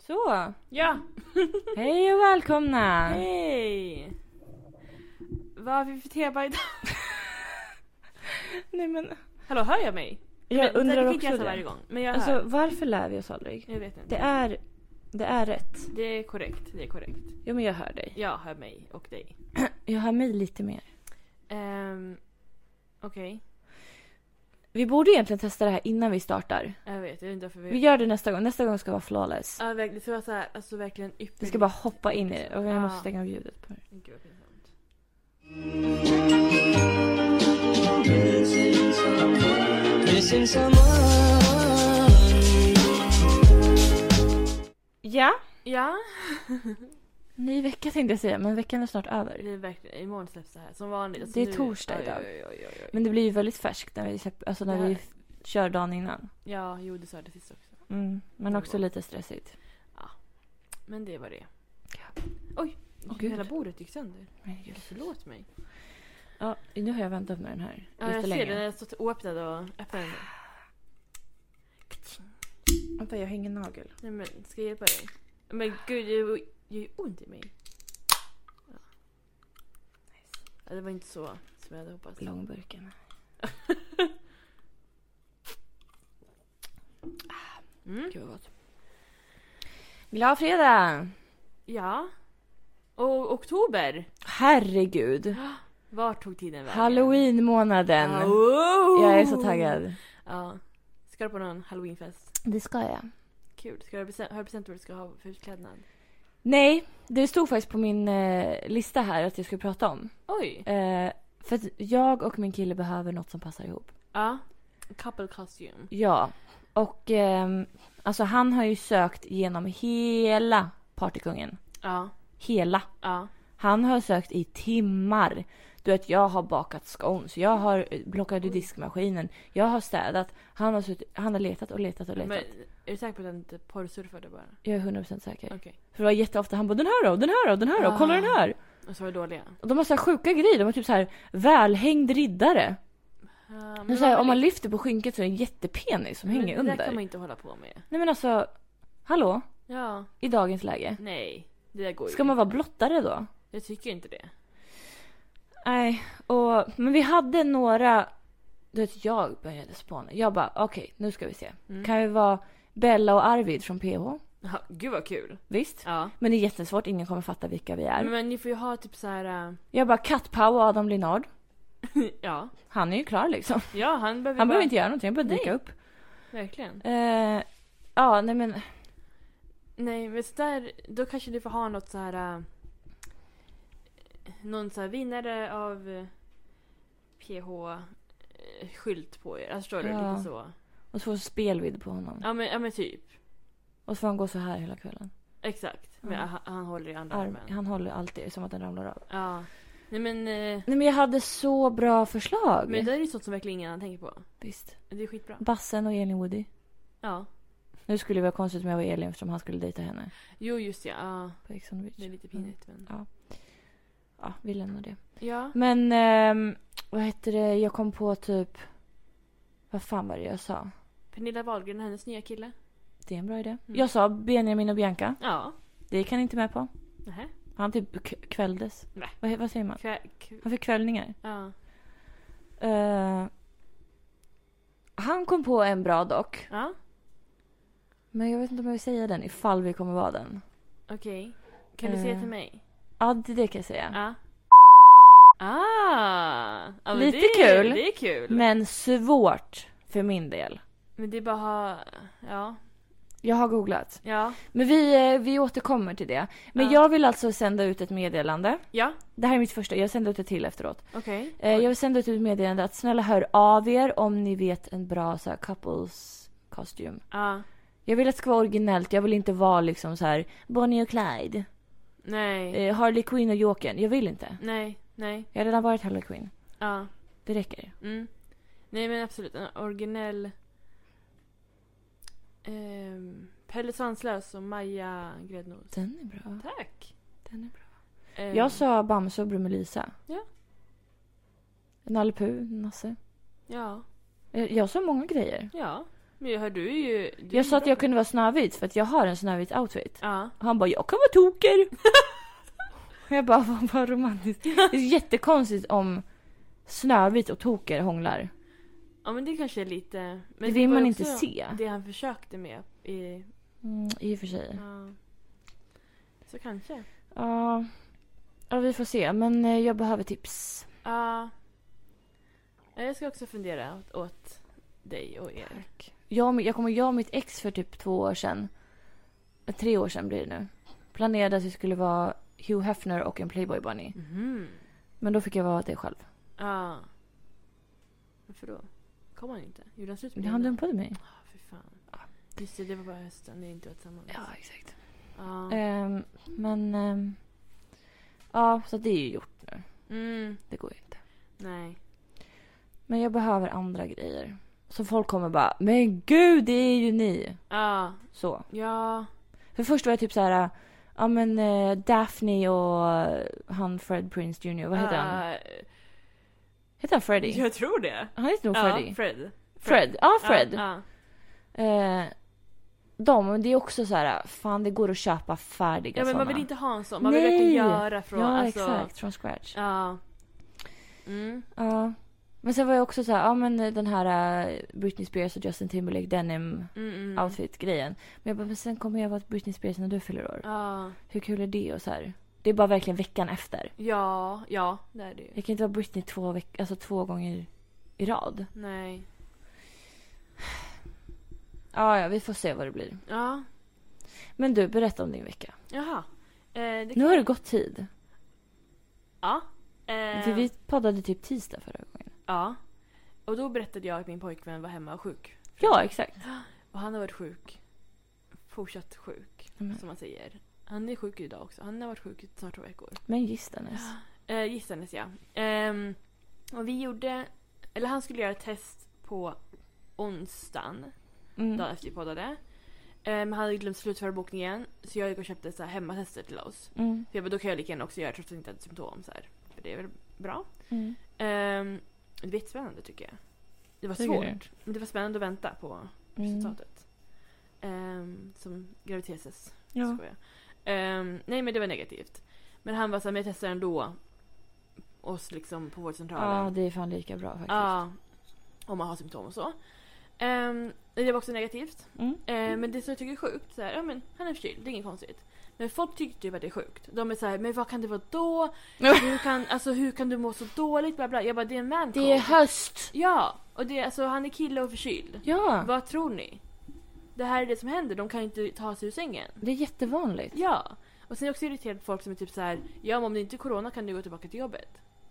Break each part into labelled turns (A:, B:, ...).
A: Så,
B: Ja!
A: hej och välkomna!
B: Hej! Vad har vi för tema idag?
A: Nej men,
B: Hallå, hör jag mig?
A: jag
B: Men-
A: undrar
B: det
A: också
B: jag så varje
A: det.
B: gång. Men jag
A: Alltså
B: hör.
A: varför lär vi oss aldrig?
B: Jag vet inte.
A: Det är, det är rätt.
B: Det är korrekt, det är korrekt.
A: Jo men jag hör dig.
B: Jag hör mig och dig.
A: Jag hör mig lite mer.
B: Ehm, Okej,
A: Vi borde egentligen testa det här innan vi startar.
B: jag vet. Jag vet inte varför vi...
A: Vi gör det nästa gång. Nästa gång ska vara flawless.
B: Ja, verkligen. Det ska vara så här, alltså verkligen ypperligt.
A: Vi ska bara hoppa in i det. Och jag måste
B: Ja.
A: stänga av ljudet på det.
B: Gud vad pinsamt.
C: Missing someone.
A: Ja.
B: Ja,
A: Ny vecka tänkte jag säga, men veckan är snart över.
B: det är verkligen, imorgon släpps det här som vanligt. Alltså,
A: Det är torsdag
B: oj,
A: idag.
B: Oj, oj, oj, oj.
A: Men det blir ju väldigt färskt när vi, släpper- alltså när
B: Det här-
A: vi kör dagen innan.
B: Ja, jo det sa det sist också.
A: Mm. Men också lite stressigt.
B: Men det var det.
A: Ja.
B: Oj!
A: Åh, gud.
B: Hela bordet gick sönder.
A: Men gud.
B: Förlåt mig.
A: Ja, nu har jag väntat med den här
B: Ja, jag ser
A: jättelänge.
B: den. Den har stått oöppnad och öppnad. ändå.
A: Vänta, jag har ingen nagel.
B: Nej men, ska jag hjälpa dig? Men gud, det gör ju ont i mig. Ja. Ja, det var inte så som jag hade hoppats.
A: Långburken.
B: Mm.
A: Gud vad gott. Glad fredag!
B: Ja. Och oktober!
A: Herregud.
B: Vart tog tiden vägen?
A: Halloween-månaden.
B: Ja, oh!
A: Jag är så taggad.
B: Ja. Ska du på någon halloweenfest?
A: Det ska jag.
B: Kul. Ska du bestäm- har du bestämt vad du ska ha för utklädnad?
A: Nej, det stod faktiskt på min eh, lista här att jag skulle prata om.
B: Oj!
A: Eh, för att jag och min kille behöver något som passar ihop.
B: Ja. Couple costume.
A: Ja. Och ehm, alltså han har ju sökt genom hela Partykungen.
B: Ja.
A: Hela.
B: Ja.
A: Han har sökt i timmar. Du vet, jag har bakat scones, jag har eh, plockat ur diskmaskinen, jag har städat. Han har, suttit, han har letat och letat och letat.
B: Men är du säker på att du inte porrsurfade bara?
A: Jag är 100% säker.
B: Okej.
A: För det var jätteofta han bara den här då, den här då, den här då, kolla
B: Ah.
A: den här.
B: Och så var det dåliga?
A: Och de har så här sjuka grejer, de har typ så här välhängd riddare.
B: Ja, men
A: Men
B: det
A: så
B: var
A: här,
B: väl-
A: om man lyfter på skynket så är det en jättepenis som
B: men
A: hänger
B: Det där
A: under.
B: kan man inte hålla på med.
A: Nej men alltså, hallå?
B: Ja.
A: I dagens läge.
B: Nej. Det där går ju
A: Ska man vara blottare då?
B: Jag tycker inte det.
A: Nej, och, men vi hade några... Du vet, jag började spåna. Jag bara, okej, nu ska vi se.
B: Mm.
A: Kan vi vara Bella och Arvid från PH?
B: Ja, gud vad kul.
A: Visst?
B: Ja.
A: Men det är jättesvårt, ingen kommer fatta vilka vi är.
B: Men ni får ju ha typ så här.
A: Jag bara, Kattpau och Adam Linard.
B: äh, ja.
A: Han är ju klar liksom.
B: Ja, han behöver
A: Han
B: bara...
A: behöver inte göra någonting, han behöver dyka
B: Nej.
A: upp.
B: Verkligen.
A: Eh, ja, nej men...
B: Nej, men så där, då kanske du får ha något så här... Äh, någon så här vinnare av eh, PH eh, skylt på er. Alltså, förstår du?
A: Ja.
B: Lite så.
A: Och så får spelvidd på honom.
B: Ja men, ja, men typ.
A: Och så får han gå så här hela kvällen.
B: Exakt. Men
A: Mm.
B: han, han håller i andra
A: Arm,
B: armen.
A: han håller alltid som att den ramlar av.
B: Ja. Nej men... eh,
A: Nej men jag hade så bra förslag.
B: Men det där är ju sånt som verkligen ingen annan tänker på.
A: Visst.
B: Det är skitbra.
A: Bassen och Elin Woody.
B: Ja.
A: Nu skulle det vara konstigt om jag var Elin eftersom han skulle dejta henne
B: Jo, just ja. ja.
A: på Ex on the Beach.
B: Det är lite pinigt
A: Mm.
B: men...
A: Ja, vi lämnar det.
B: Ja.
A: Men ehm, vad heter det, jag kom på typ... Vad fan var det jag sa?
B: Pernilla Wahlgren, hennes nya kille.
A: Det är en bra idé.
B: Mm.
A: Jag sa Benjamin och Bianca.
B: Ja.
A: Det gick han inte med på.
B: Nähä.
A: Han typ k- kvälldes.
B: Nej.
A: Vad, he- vad säger man?
B: Kvä- k-
A: Han fick kvällningar.
B: Ja.
A: Eh, han kom på en bra dock.
B: Ja.
A: Men jag vet inte om jag vill säga den ifall vi kommer vara den.
B: Okej. Kan du säga
A: Eh.
B: till mig?
A: Ja, det, det kan jag säga.
B: Ja. Ah! Ja, men
A: Lite
B: det, är-
A: kul.
B: Det är kul. Men,
A: Men svårt för min del.
B: det är bara ha... Ja.
A: Jag har googlat.
B: Ja.
A: Men vi, eh, vi återkommer till det. Men
B: Ja.
A: jag vill alltså sända ut ett meddelande.
B: Ja.
A: Det här är mitt första, jag sänder ut ett till efteråt.
B: Okej.
A: Eh, jag vill sända ut ett meddelande att snälla hör av er om ni vet en bra så här, couples kostym.
B: Ja.
A: Jag vill att det ska vara originellt, jag vill inte vara liksom så här Bonnie och Clyde,
B: Nej.
A: eh, Harley Quinn och Jokern. Jag vill inte.
B: Nej. Nej.
A: Jag har redan varit Harley Quinn.
B: Ja.
A: Det räcker.
B: Mm. Nej men absolut, en originell... Ehm, Pelle Svanslös och Maja Gräddnos.
A: Den är bra.
B: Tack!
A: Den är bra.
B: Ehm,
A: Jag sa Bamse och Brummelisa.
B: Ja.
A: Nalle Puh, Nasse.
B: Ja.
A: Jag, jag sa många grejer.
B: Ja. Men jag hör du är ju... Du är
A: Jag sa att
B: bra.
A: jag kunde vara snövit för att jag har en snövit outfit.
B: Ja.
A: Och han bara, jag kan vara toker. jag bara, vad, vad romantiskt. Det är jättekonstigt om Snövit och Toker hånglar.
B: ja, men det kanske är lite... Men
A: Det
B: var
A: vill
B: ju
A: man
B: också
A: inte se.
B: Det han försökte med i...
A: Mm, I och för sig.
B: Ja. Så kanske.
A: Ja. ja, vi får se. Men eh, jag behöver tips.
B: Ja. Ja, Jag ska också fundera åt, åt dig och er.
A: Jag, och mi- jag kommer jag och mitt ex för typ två år sedan. Eh, Tre år sedan blir det nu. Planerade att vi skulle vara Hugh Hefner och en Playboy Bunny.
B: Mhm.
A: Men då fick jag vara det själv.
B: Ja. Varför då? Kom han inte? Gjorde han slut med
A: Men Han
B: henne?
A: dumpade mig.
B: Ja, fy fan. Just det, det var bara hösten. Ni har inte varit tillsammans.
A: exakt.
B: Ja.
A: Ehm, men... ehm, ja, så det är ju gjort nu.
B: Mm.
A: Det går ju inte.
B: Nej.
A: Men jag behöver andra grejer. Så folk kommer bara, men gud det är ju ni.
B: Ja.
A: Så.
B: Ja.
A: För först var jag typ så här, ja men eh, Daphne och eh, han Fred Prince Jr. Vad heter han?
B: Eh,
A: Heter han Freddy?
B: Jag tror det.
A: Han heter nog
B: Ja,
A: Freddy.
B: Fred.
A: Fred. Ja, Fred.
B: Ja,
A: Eh, de, men det är också så här, fan det går att köpa färdiga
B: ja. ja men man
A: såna.
B: vill inte ha en sån. Man vill
A: Nej.
B: verkligen göra från...
A: Ja,
B: alltså,
A: exakt. Från scratch. Ja.
B: Ja. Mm.
A: Men sen var jag också så här, ja men den här eh, Britney Spears och Justin Timberlake denim
B: Mm, mm.
A: outfit-grejen. Men jag bara, men sen kommer jag vara Britney Spears när du fyller år.
B: Ja.
A: Hur kul är det? Och så här. Det är bara verkligen veckan efter.
B: Ja, ja. Det är det ju.
A: Jag kan inte vara Britney två, veck- alltså två gånger i rad.
B: Nej.
A: Ja, ja, vi får se vad det blir.
B: Ja.
A: Men du, berätta om din vecka.
B: Jaha. Eh, det
A: Nu har det gått tid.
B: Ja. Eh,
A: För vi poddade typ tisdag förra gången.
B: Ja. Och då berättade jag att min pojkvän var hemma och sjuk.
A: Ja, exakt.
B: Och han har varit sjuk. Fortsatt sjuk,
A: Men,
B: som man säger. Han är sjuk idag också. Han har varit sjuk i snart två veckor.
A: men Gistanäs.
B: Eh, gissandes ja. Ehm, och vi gjorde, eller han skulle göra ett test på onsdagen, dagen
A: Mm.
B: efter vi poddade. Eh, Men han hade glömt slutföra bokningen så jag gick och köpte så här hemmatester till oss.
A: Mm.
B: För jag bara, då kan jag lika gärna också göra det trots att jag inte hade symptom så här. För det är väl bra.
A: Mm.
B: Ehm, det var jättespännande tycker jag. Det var
A: Tycker
B: svårt.
A: du?
B: Men det var spännande att vänta på
A: Mm.
B: resultatet. Ehm, som graviditetstest.
A: Ja.
B: Skojar. Ehm, nej men det var negativt. Men han var såhär, men jag testar ändå. Oss liksom på vårdcentralen.
A: ja, det är fan lika bra faktiskt.
B: Ja, om man har symptom och så. Ehm, det var också negativt.
A: Mm.
B: Ehm, men det som jag tycker är sjukt, så här, ja men han är förkyld, det är inget konstigt. Men folk tycker typ att det är sjukt. De är såhär, men vad kan det vara då? Hur kan, alltså, hur kan du må så dåligt? Bla, bla. Jag bara, det är en man
A: Det är höst!
B: Ja, och det, är- alltså, han är kille och förkyld.
A: Ja,
B: Vad tror ni? Det här är det som händer, de kan ju inte ta sig ur sängen.
A: det är jättevanligt.
B: Ja. Och sen är jag också irriterad på folk som är typ så här, ja men om det inte är corona kan du gå tillbaka till jobbet.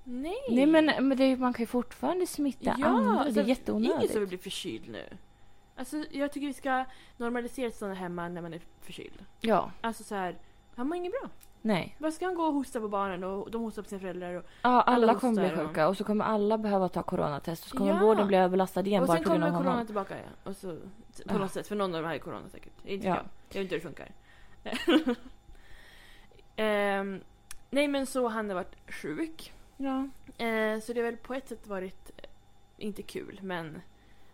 B: Nej!
A: Nej men, men det, är- man kan ju fortfarande smitta
B: Ja,
A: andra. Det
B: alltså,
A: är
B: Ingen
A: jätteonödigt.
B: som vill bli förkyld nu. Alltså jag tycker vi ska normalisera att stanna hemma när man är förkyld.
A: Ja,
B: Alltså så här, han mår inget bra.
A: nej.
B: Vad ska han gå och hosta på barnen och de hostar på sina föräldrar? Och,
A: Ja, alla
B: Alla
A: kommer bli
B: hostar och-
A: sjuka och så kommer alla behöva ta coronatest och så kommer
B: Ja.
A: vården bli överbelastad igen
B: och
A: bara
B: sen
A: på grund
B: kommer
A: av
B: corona
A: honom.
B: tillbaka ja. Och så, på
A: Ja.
B: något sätt, för någon av de här är corona säkert. Inte
A: Ja.
B: jag. jag vet inte hur det funkar. Ehm, nej men så han har varit sjuk.
A: Ja.
B: Eh, så det har väl på ett sätt varit, eh, inte kul, men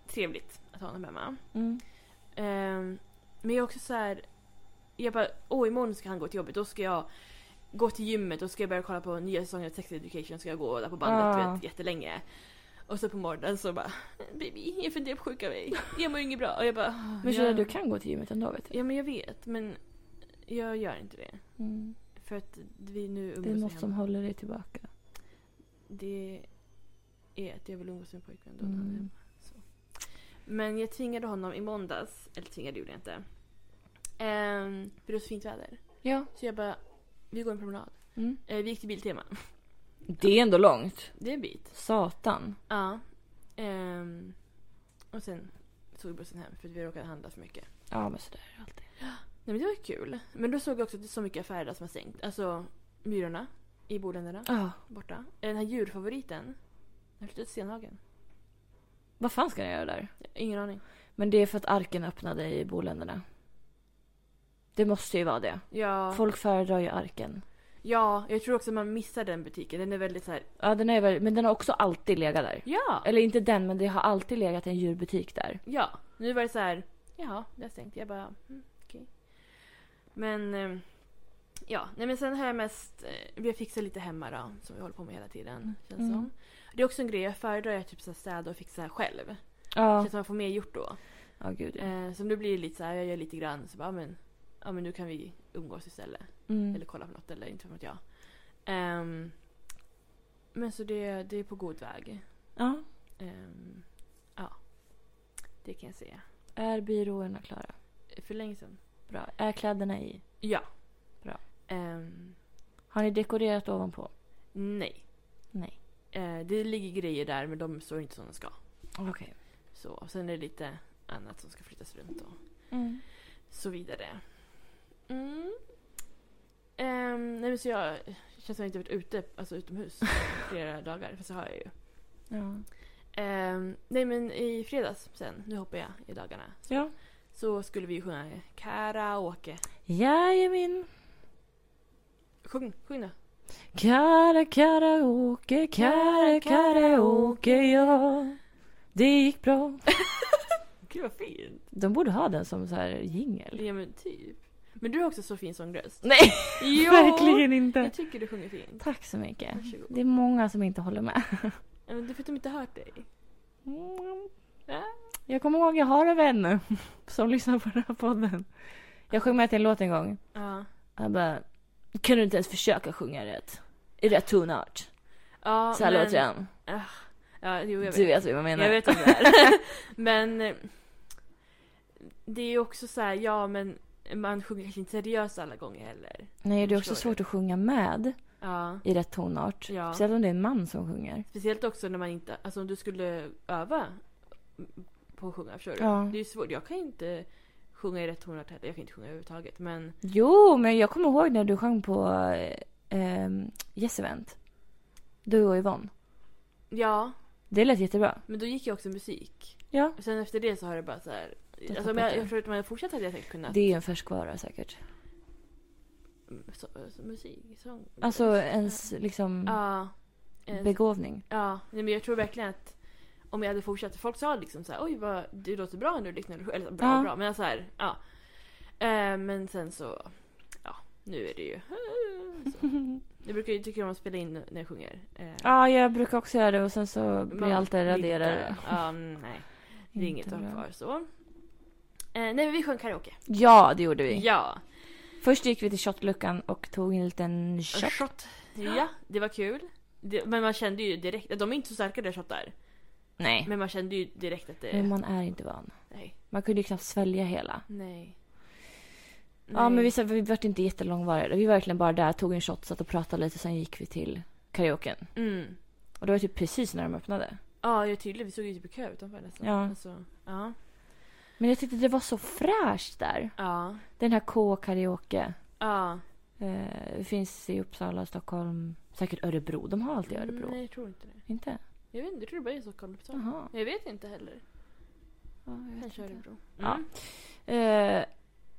B: trevligt att ha honom hemma.
A: Mm.
B: Ehm, men jag är också så här. Jag bara, åh imorgon ska han gå till jobbet, då ska jag gå till gymmet, då ska jag börja kolla på nya säsongen av Sex Education, ska jag gå där på bandet
A: Ah.
B: du vet, jättelänge. Och så på morgonen så bara, baby jag funderar på att sjuka mig, jag mår ju inget bra. Och jag bara,
A: Men
B: ja,
A: Shira, du kan gå till gymmet ändå vet du.
B: Ja men jag vet, men jag gör inte det.
A: Mm.
B: För att vi nu
A: Det är
B: umgås
A: något som håller dig tillbaka.
B: Det är att jag vill umgås med pojkvän då när han är
A: Mm.
B: hemma. Så. Men jag tvingade honom i måndags, eller tvingade gjorde jag inte. Ehm, för det var så fint väder.
A: Ja.
B: Så jag bara, vi går en promenad.
A: Mm.
B: Eh, vi gick till Biltema.
A: Det är ändå långt.
B: Det är en bit.
A: Satan.
B: Ja. Ehm, och sen tog vi bussen hem för att vi råkade handla för mycket.
A: Ja men sådär är det alltid.
B: Nej men det var kul. Men då såg jag också att det är så mycket affärer där som har stängt. Alltså Myrorna i Boländerna
A: Ja.
B: borta. Eh, Den här djurfavoriten. Den har flyttat till Stenhagen.
A: Vad fan ska ni göra där?
B: Ingen aning.
A: Men det är för att arken öppnade i Boländerna. Det måste ju vara det.
B: Ja,
A: Folk föredrar ju arken.
B: ja, jag tror också att man missar den butiken. Den är väldigt så här.
A: Ja den är väl, men den har också alltid legat där.
B: Ja!
A: Eller inte den men det har alltid legat en djurbutik där.
B: Ja, Nu var det så här, jaha, det har stängt. Jag bara, mm, okej. Men, eh, ja. Nej men sen har jag mest, eh, vi har fixat lite hemma då, som vi håller på med hela tiden. Känns
A: Mm.
B: som. Det är också en grej, jag föredrar att typ så här städa och fixa själv.
A: Ja,
B: Känns som jag får mer gjort då.
A: ja gud ja.
B: Eh, så nu blir det lite så här, jag gör lite grann, så bara, ja, men, ja men nu kan vi umgås istället.
A: Mm.
B: Eller kolla på något eller inte vet jag. Ehm, men så det, det är på god väg.
A: Ja,
B: Ehm, ja. Det kan jag säga.
A: är byråerna klara?
B: För länge sedan.
A: Bra. Är kläderna i?
B: Ja.
A: Bra.
B: Ehm,
A: Har ni dekorerat ovanpå?
B: nej.
A: Nej.
B: Eh, det ligger grejer där men de står inte som de ska.
A: Okej.
B: Så, och sen är det lite annat som ska flyttas runt och
A: Mm.
B: så vidare. Mm. Ehm, nej men så jag det känns som jag inte varit ute, alltså utomhus flera dagar. Fast det har jag ju.
A: Ja.
B: Ehm, nej men i fredags sen, nu hoppar jag i dagarna. Så,
A: Ja.
B: så skulle vi sjunga karaoke.
A: Jajamän.
B: Sjung, sjung då.
A: Kara karaoke, kara karaoke, ja. Det gick bra.
B: Gud vad fint.
A: De borde ha den som så här jingel.
B: Ja men typ. Men du har också så fin sångröst.
A: Nej,
B: Jo!
A: verkligen inte.
B: Jag tycker du sjunger fint.
A: Tack så mycket.
B: Varsågod.
A: Det är många som inte håller med.
B: Ja, men Det är för att de inte hört dig.
A: Mm.
B: Ja.
A: Jag kommer ihåg, jag har en vän som lyssnar på den här podden. Jag sjöng med till en låt en gång.
B: Ja.
A: Han bara, kan du inte ens försöka sjunga rätt? I rätt tonart?
B: Ja,
A: Så här
B: men-
A: låter den.
B: Ja, jo, jag vet.
A: Du vet vad jag menar.
B: jag vet om det är. men eh, det är ju också så här, ja men man sjunger kanske inte seriöst alla gånger heller.
A: Nej, det är också
B: Förstår
A: svårt att sjunga med
B: Ja.
A: i rätt tonart.
B: Ja.
A: Speciellt om det är en man som sjunger.
B: Speciellt också när man inte, alltså om du skulle öva på att sjunga, förstår du?
A: Ja.
B: Det är ju svårt, jag kan ju inte sjunga i rätt tonart heller, jag kan inte sjunga överhuvudtaget. Men
A: Jo, men jag kommer ihåg när du sjöng på eh, ehm, Yes Event. Du och Yvonne.
B: ja,
A: Det lät jättebra.
B: men då gick jag också musik.
A: Ja.
B: Sen efter det så har det bara så här,
A: har
B: alltså om
A: tappat
B: jag,
A: det.
B: jag tror att om jag fortsatt hade jag säkert kunnat
A: Det är ju en färskvara säkert.
B: så, så, musik, sång.
A: Alltså ens liksom
B: Ja. Eh,
A: begåvning.
B: Ja, nej, men jag tror verkligen att om jag hade fortsatt, folk sa liksom så här, oj vad, det låter bra när du liknar dig själv." eller bra
A: Ja.
B: bra, men jag så här, ja. Eh, men sen så, ja, nu är det ju så. Jag brukar ju tycka om att spela in när jag sjunger. Eh,
A: Ja, jag brukar också göra det och sen så blir
B: man-
A: allt det raderat.
B: lite- Ja, mm, nej. Det är inget
A: Inte
B: att ha
A: bra.
B: kvar så. Eh, nej men vi sjöng karaoke.
A: Ja, det gjorde vi.
B: Ja.
A: Först gick vi till shotluckan och tog en liten shot.
B: Shot. Ja, det var kul. Det, men man kände ju direkt, de är inte så starka där shottar.
A: Nej,
B: Men man kände ju direkt att det,
A: men man är inte van.
B: nej.
A: Man kunde ju knappt svälja hela.
B: Nej.
A: Ja, men
B: Nej.
A: vi, så- vi var inte jättelångvariga. Vi var verkligen bara där, tog en shot, satt och pratade lite, sen gick vi till karaoken.
B: Mm.
A: Och det var typ precis när de öppnade.
B: Ja, jag är tydlig. Vi såg ju typ i kö utanför nästan.
A: Ja.
B: Alltså, ja.
A: Men jag tyckte det var så fräscht där.
B: Ja.
A: Den här K-karaoke.
B: Ja.
A: Eh, det finns i Uppsala, Stockholm, säkert Örebro. De har alltid Örebro.
B: Nej, jag tror inte det.
A: Inte?
B: Jag vet inte. Jag tror det bara är i Stockholm. Uppsala.
A: Jaha.
B: Jag vet inte heller.
A: Ja, jag vet
B: Kanske
A: inte.
B: Örebro.
A: Ja.
B: Mm.
A: Eh,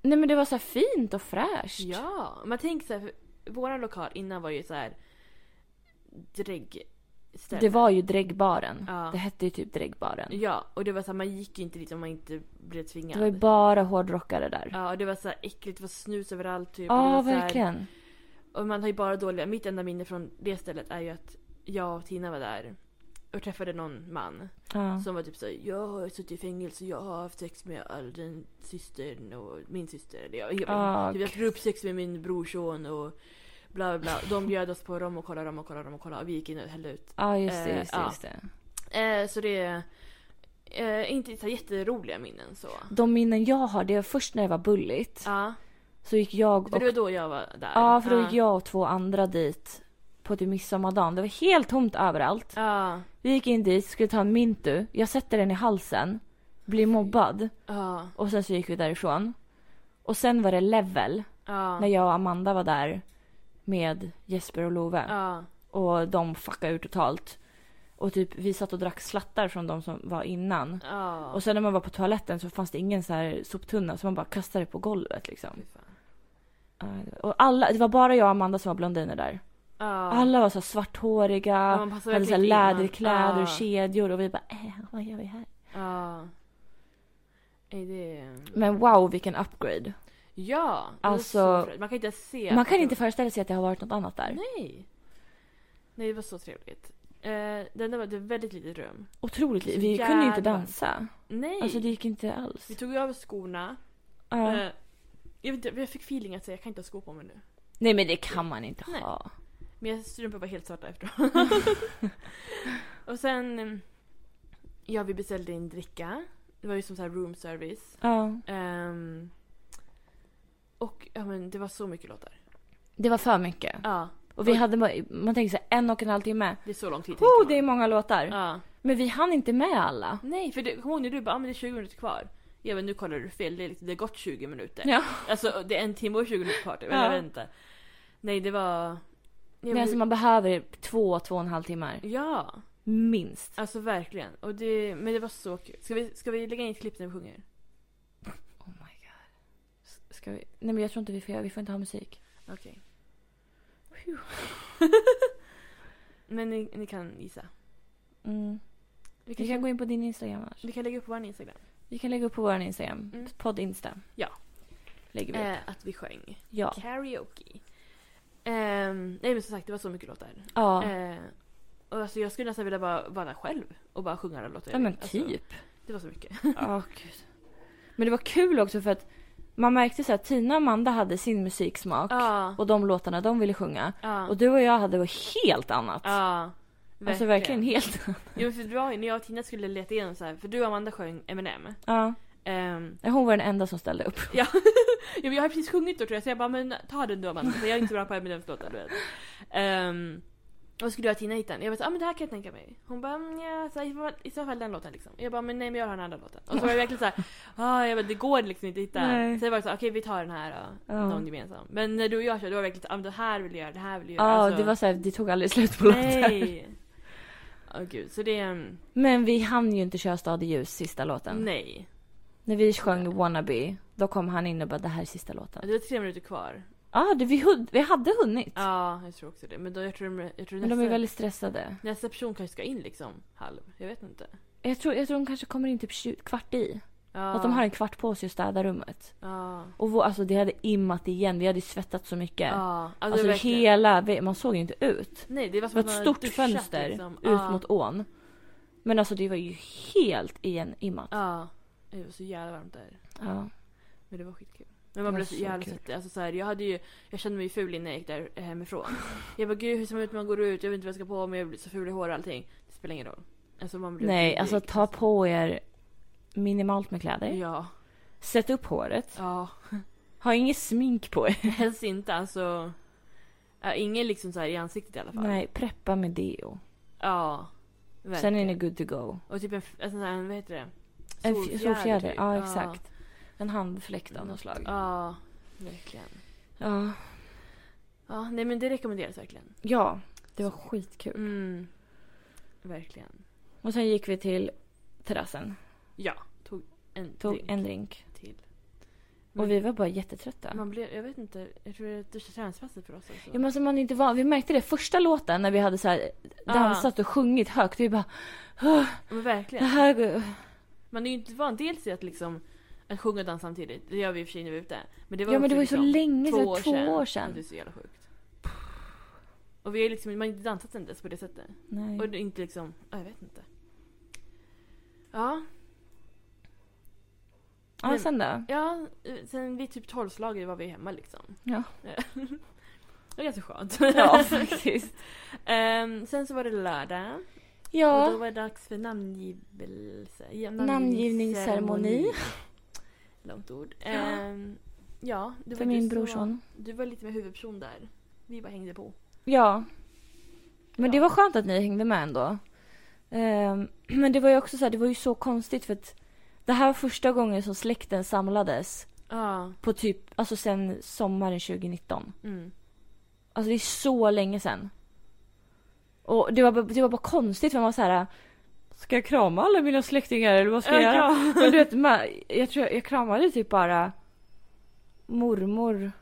A: nej men det var så här fint och fräscht.
B: Ja. Man tänker så här. för Vår lokal innan var ju så här dräggställe.
A: Det var ju Dräggbaren.
B: Ja.
A: Det hette ju typ Dräggbaren.
B: Ja, och det var så här, man gick ju inte dit om man inte blev tvingad.
A: Det var ju bara hårdrockare där. Ja,
B: Ja, och det var så här äckligt. Det var snus överallt typ.
A: ah,
B: och det var så här-
A: verkligen.
B: Och man har ju bara dåliga, mitt enda minne från det stället är ju att jag och Tina var där och träffade någon man
A: Ja.
B: som var typ såhär Jag har suttit i fängelse, jag har haft sex med all den systern och min syster. Eller jag, jag,
A: Ah,
B: jag, jag har upp sex med min brorson och bla bla bla. De bjöd oss på rom och kolla rom och kolla rom och kolla och vi gick in och hällde ut.
A: Ja, just det.
B: Eh,
A: Just det,
B: ja.
A: just det.
B: Eh, så det är eh, inte så här jätteroliga minnen så.
A: De minnen jag har, det var först när det var bulligt.
B: Ja,
A: Så gick jag
B: för
A: och...
B: det var då jag var där.
A: Ja, för då gick jag och två andra dit på typ midsommardagen. Det var helt tomt överallt.
B: Ja,
A: Vi gick in dit, skulle ta en mintu. Jag sätter den i halsen, blir mobbad
B: ja,
A: och sen så gick vi därifrån. Och sen var det level när
B: ja.
A: jag och Amanda var där med Jesper och Love.
B: Ja,
A: Och de fuckade ur totalt. Och typ vi satt och drack slattar från de som var innan.
B: ja.
A: Och sen när man var på toaletten så fanns det ingen så här soptunna så man bara kastade det på golvet liksom.
B: Fy fan.
A: Ja, det var- Och alla, det var bara jag och Amanda som var blondiner där.
B: Ja.
A: Alla var så här svarthåriga,
B: Ja, man passar
A: hade så här
B: verkligen inte in.
A: läderkläder
B: Ja.
A: och kedjor och vi bara äh, vad gör vi här?
B: Ja. Nej, det är...
A: Men wow vilken upgrade.
B: Ja! det var
A: Alltså-
B: så fräscht. man kan inte se.
A: Man kan inte föreställa sig att det har varit något annat där.
B: Nej! Nej, det var så trevligt. Eh, den där var ett väldigt litet rum.
A: Otroligt liv.
B: Så
A: Vi kunde ju inte
B: jävla-
A: dansa.
B: Nej!
A: Alltså det gick inte alls.
B: Vi tog ju av skorna.
A: Ja.
B: Eh, jag, vet inte, jag fick feeling att säga, jag kan inte ha skor på mig nu.
A: Nej men det kan man inte
B: Nej.
A: ha.
B: Mina strumpor var helt svarta efteråt. och sen... eh, Ja, vi beställde in dricka. Det var ju som så här room service.
A: Ja.
B: Ehm, och ja, men det var så mycket låtar.
A: Det var för mycket.
B: Ja,
A: Och vi hade bara, man tänker så här, en och en halv timme.
B: det är så lång tid.
A: Oh, det
B: tänker
A: är
B: man.
A: många låtar.
B: ja.
A: Men vi hann inte med alla.
B: Nej, för det, kom ihåg när du bara ah, men det är 20 minuter kvar. Ja men nu kollar du fel, det, är liksom, det har gått 20 minuter.
A: Ja.
B: Alltså det är en timme och 20 minuter kvar typ, eller
A: Ja.
B: vänta. Nej det var... Ja,
A: Men alltså man behöver två, två och en halv timmar.
B: ja,
A: Minst.
B: alltså verkligen. Och det, men det var så kul. Ska vi, ska vi lägga in ett klipp när vi sjunger?
A: Oh my god. S- Ska vi? Nej men jag tror inte vi får göra, vi får inte ha musik.
B: Okej. Phew. men ni, ni kan gissa.
A: Mm.
B: Vi
A: Vi
B: kan,
A: kan gå in på din Instagram annars.
B: vi kan lägga upp på vår Instagram.
A: Vi kan lägga upp på vår Instagram.
B: Mm.
A: Podd Insta.
B: Ja.
A: Lägger vi upp.
B: Eh, att vi sjöng.
A: Ja.
B: Karaoke. Ehm, nej men som sagt det var så mycket låtar.
A: Ja.
B: Eh, och alltså jag skulle nästan vilja bara vara där själv och bara sjunga alla låtar. jag
A: ja men
B: vill. Alltså,
A: typ.
B: det var så mycket.
A: Ja, gud. Men det var kul också för att man märkte så att Tina och Amanda hade sin musiksmak.
B: Ja.
A: Och de låtarna de ville sjunga.
B: Ja.
A: Och du och jag hade något helt annat.
B: ja.
A: Alltså verkligen helt annat.
B: Jo, men för det var ju när jag och Tina skulle leta igenom så här, för du och Amanda sjöng Eminem.
A: Ja.
B: Um,
A: Hon var den enda som ställde upp.
B: ja. jo, men jag har precis sjungit då tror jag så jag bara men ta den du Amanda för jag är inte så bra på Eminems låtar du vet. Ehm, och så skulle jag och Tina hitta den. Jag bara så, ah, men det här kan jag tänka mig. Hon bara mm, ja, så här, i fall- i så fall den låten liksom. Jag bara men nej men jag har den andra låten. Och så var jag verkligen så här, ah, jag bara, det går liksom inte att hitta.
A: Nej.
B: Så jag bara så här, okej vi tar den här då.
A: Ja.
B: Någon gemensam. Men när du och jag körde då var det verkligen så här, ah, men det här vill jag göra, det här vill jag
A: Ja,
B: göra. Alltså,
A: det var så här, det tog aldrig slut på låtar.
B: Nej. Åh gud, så det... mm,
A: Men vi hann ju inte köra Stad i ljus, sista låten.
B: Nej.
A: När vi sjöng Wannabe, då kom han in och bara det här är sista låten.
B: Det var tre minuter kvar.
A: Ja, det, vi, hud- vi hade hunnit.
B: Ja, jag tror också det. Men då, jag tror, de- jag tror
A: Men
B: nästa,
A: de är väldigt stressade.
B: nästa person kanske ska in liksom halv. Jag vet inte.
A: Jag tror, jag tror de kanske kommer in typ tju- kvart i.
B: Ja.
A: Att de har en kvart på sig att städa rummet.
B: Ja.
A: Och vår, alltså det hade immat igen. Vi hade svettats så mycket.
B: Ja. Alltså,
A: Alltså
B: verkligen-
A: hela, vä- man såg ju inte ut.
B: Nej, det var
A: Det
B: som
A: var
B: att Alltså, man
A: ett
B: hade
A: stort
B: duschat,
A: fönster
B: liksom.
A: ut
B: Ja.
A: mot ån. Men alltså det var ju helt igenimmat.
B: Ja. Det var så jävla varmt där.
A: Ja.
B: Men det var skitkul. Men man
A: Det var
B: blev så
A: så
B: jävla
A: kul.
B: svettig. Alltså, så här, jag, hade ju, jag kände mig ful innan jag gick där eh, hemifrån. Jag bara gud hur ser man ut när man går ut? Jag vet inte vad jag ska på mig. Jag blir så ful i hår och allting. Det spelar ingen roll. Alltså, man blev
A: Nej,
B: blyg,
A: alltså ta på er minimalt med kläder.
B: Ja.
A: Sätt upp håret.
B: Ja.
A: Ha inget smink på er.
B: Helst inte alltså. Ja, ingen liksom så här i ansiktet i alla fall.
A: Nej, preppa med deo.
B: Ja.
A: Sen är
B: verkligen.
A: ni good to go.
B: Och typ en, f- en sån här, vad heter det?
A: En f- solfjäder.
B: typ. Mm.
A: Ja, exakt. En handfläkt av något slag.
B: Ja, verkligen.
A: Ja.
B: Ja, nej men det rekommenderas verkligen.
A: Ja, det var skitkul.
B: Mm. Verkligen.
A: Och sen gick vi till terrassen.
B: Ja, tog Mm. en
A: Tog
B: drink
A: en drink.
B: till.
A: Och vi var bara jättetrötta.
B: Man blev, jag vet inte, jag tror det är första träningspasset för oss också.
A: Ja, men alltså man är inte van. Vi märkte det första låten när vi hade så här
B: Ah.
A: dansat och sjungit högt. Vi bara,
B: men
A: det
B: verkligen.
A: här går...
B: Man är ju inte van dels i att liksom att sjunga och dansa samtidigt. Det gör vi i och för sig när vi är ute. Men det var
A: Ja men
B: också
A: det var ju så
B: liksom,
A: länge sedan, två år
B: Ja, Det är
A: sedan.
B: så jävla sjukt. Och vi har liksom, man har inte dansat sen dess på det sättet.
A: Nej.
B: Och det är inte liksom, ja, jag vet inte. Ja,
A: Ja, sen då?
B: ja, eh, sen vid typ tolvslaget var vi hemma liksom.
A: Ja.
B: Det var ganska skönt.
A: Ja, faktiskt.
B: Ehm, sen så var det lördag. Och då
A: Ja.
B: var det dags för namngivelse. ja,
A: Namngivningsceremoni.
B: Långt ord. Ehm, ja, det
A: För
B: var
A: min
B: du
A: brorson.
B: Så, du var lite med huvudperson där. Vi bara hängde på.
A: Ja. Men det
B: Ja.
A: var skönt att ni hängde med ändå. Ehm, men det var ju också så här, det var ju så konstigt för att det här var första gången som släkten samlades
B: Ja.
A: på typ, alltså sen sommaren 2019.
B: Mm.
A: Alltså det är så länge sen. Och det var, bara- det var bara konstigt för man var så här. äh, Ska jag krama alla mina släktingar eller vad ska jag göra?
B: Ja.
A: Men du vet, man- jag tror jag kramade typ bara mormor,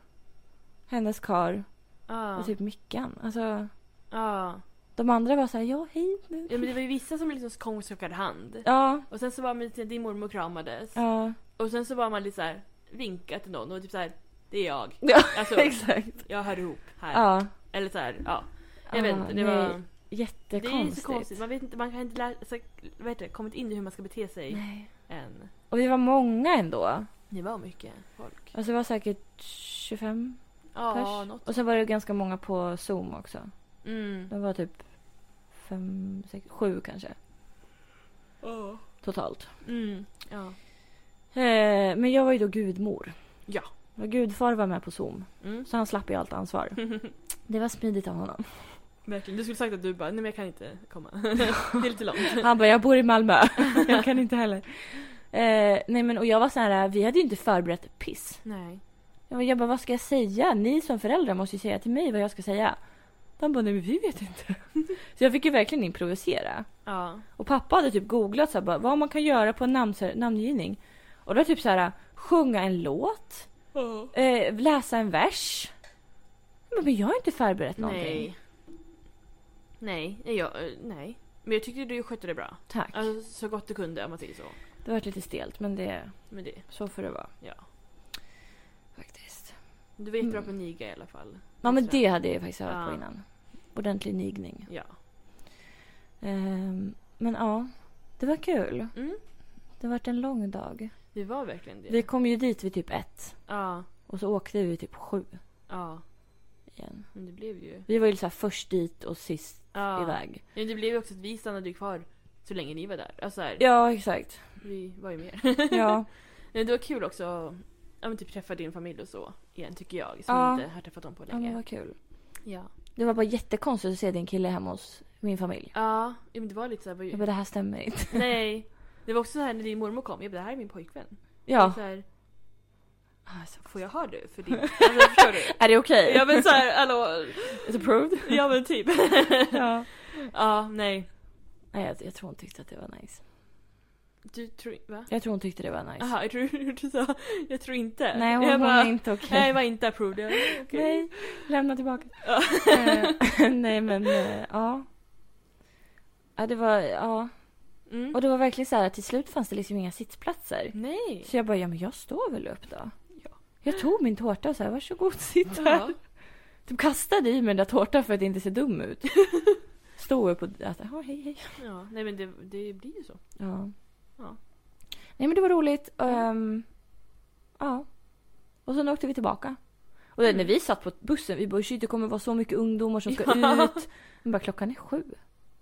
A: hennes kar
B: Ja.
A: och typ Mickan. Alltså
B: Ja.
A: De andra var så här, ja hej nu.
B: Ja, men det var ju vissa som liksom kom och skakade hand.
A: Ja,
B: Och sen så var man, din mormor kramades.
A: ja.
B: Och sen så var man lite så här vinka till någon och typ så här det är jag.
A: ja
B: Alltså,
A: exakt.
B: Jag hör ihop här.
A: Ja.
B: Eller så här, ja. Jag
A: Ja,
B: vet inte, det
A: nej,
B: var... Det är ju så
A: Jättekonstigt.
B: konstigt. Man vet inte, man kan inte lära sig, vad heter det, kommit in i hur man ska bete sig
A: Nej.
B: än.
A: Och vi var många ändå.
B: Det var mycket folk.
A: Alltså det var säkert 25
B: Ja,
A: pers.
B: något.
A: Och sen var det ganska många på Zoom också.
B: Mm.
A: Det var typ fem, sex, sju kanske totalt.
B: Mm. Ja.
A: Eh, men jag var ju då gudmor.
B: Ja.
A: Och gudfar var med på Zoom.
B: Mm.
A: Så han slapp ju allt ansvar. Det var smidigt av honom.
B: Verkligen. Du skulle sagt att du bara, nej men jag kan inte komma. det är lite långt.
A: Han bara, jag bor i Malmö. jag kan inte heller. Eh, nej men och jag var så här, vi hade ju inte förberett piss.
B: Nej.
A: Jag bara, jag bara, vad ska jag säga? Ni som föräldrar måste ju säga till mig vad jag ska säga. De bara, nej men vi vet inte. Så jag fick ju verkligen improvisera.
B: Ja.
A: Och pappa hade typ googlat så här, bara, vad man kan göra på en namn, namngivning. Och då typ så här, sjunga en låt, eh, läsa en vers. Jag bara, Men jag har inte förberett någonting.
B: Nej. Nej. Nej, jag, eh, nej. Men jag tyckte du skötte det bra.
A: Tack.
B: Alltså, så gott du kunde om man säger så.
A: Det var lite stelt men det,
B: Men det,
A: så får det vara.
B: ja.
A: Faktiskt.
B: Du var jättebra på niga i alla fall.
A: Mm. Ja men det hade jag ju faktiskt övat på
B: Ja.
A: innan. Ordentlig nigning.
B: Ja.
A: Ehm, men ja, det var kul.
B: Mm.
A: Det vart en lång dag.
B: Det var verkligen det.
A: Vi kom ju dit vid typ ett
B: Ja.
A: och så åkte vi typ sju
B: Ja.
A: igen.
B: Men det blev ju...
A: Vi var ju så här först dit och sist
B: Ja.
A: iväg.
B: Men det blev ju också att vi stannade ju kvar så länge ni var där. Alltså så här,
A: Ja, exakt.
B: vi var ju mer.
A: Ja,
B: Men det var kul också ja, men typ träffa din familj och så igen tycker jag. Som
A: Ja.
B: jag inte har träffat dem på
A: ja men
B: länge.
A: vad kul.
B: Ja.
A: Det var bara jättekonstigt att se din kille hemma hos min familj.
B: Ja. ja men det var lite så här, vad-
A: Jag bara, det här stämmer inte.
B: Nej. Det var också så här när din mormor kom. Jag bara, det här är min pojkvän.
A: Ja.
B: Så här,
A: Alltså,
B: får jag ha det för din... Alltså, förstår du?
A: Är det okej?
B: Ja men såhär, hallå.
A: It's approved.
B: Ja men typ.
A: Ja.
B: ja, nej.
A: Nej, jag, jag tror hon tyckte att det var nice.
B: Du tror... Va?
A: Jag tror hon tyckte det var nice.
B: Jaha, jag tror du sa... Jag tror inte.
A: Nej, hon,
B: jag
A: hon
B: bara,
A: är inte okej.
B: Nej, var inte approved. Jag bara, okej.
A: Nej, lämna tillbaka.
B: Ja.
A: Eh, nej men, eh, ja. Ja, det var, ja.
B: Mm.
A: Och det var verkligen så här att till slut fanns det liksom inga sittplatser.
B: Nej.
A: Så jag bara, ja men jag står väl upp då.
B: Ja.
A: Jag tog min tårta och så här, varsågod sitt här.
B: Ja.
A: De kastade Typ i mig den där tårtan för att inte se dum ut. Stod upp och, alltså, ja hej hej.
B: ja. Nej men det, det blir ju så.
A: Ja.
B: Ja.
A: Nej men det var roligt. Ehm, ja. Och sen åkte vi tillbaka. Och
B: Mm.
A: när vi satt på bussen, vi bara shit det kommer vara så mycket ungdomar som ska
B: Ja.
A: ut. Men bara klockan är sju.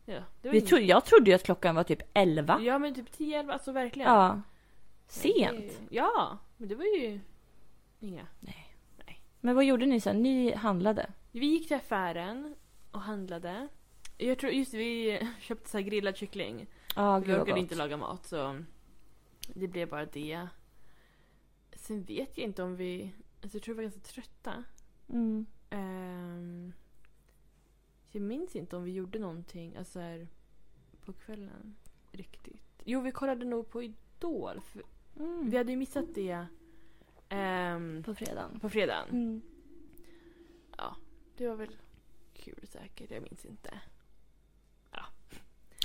B: Ja, det var
A: Vi
B: inget-
A: trodde, jag trodde ju att klockan var typ elva.
B: Ja men typ 10, 11, alltså verkligen.
A: Ja.
B: Det-
A: Sent.
B: Ja, men det var ju inga.
A: Men vad gjorde ni sen? Ni handlade?
B: Vi gick till affären och handlade. Jag tror just det, vi köpte så här grillad kyckling.
A: Ja,
B: vi
A: gud vad
B: orkade
A: gott.
B: inte laga mat så det blev bara det. Sen vet jag inte om vi... Alltså jag tror vi var ganska trötta.
A: Mm.
B: Ehm, så jag minns inte om vi gjorde någonting alltså här, på kvällen riktigt. Jo, vi kollade nog på Idol. För
A: Mm.
B: Vi hade ju missat det ehm,
A: På fredagen.
B: på fredagen.
A: Mm.
B: Det var väl kul säkert, jag minns inte.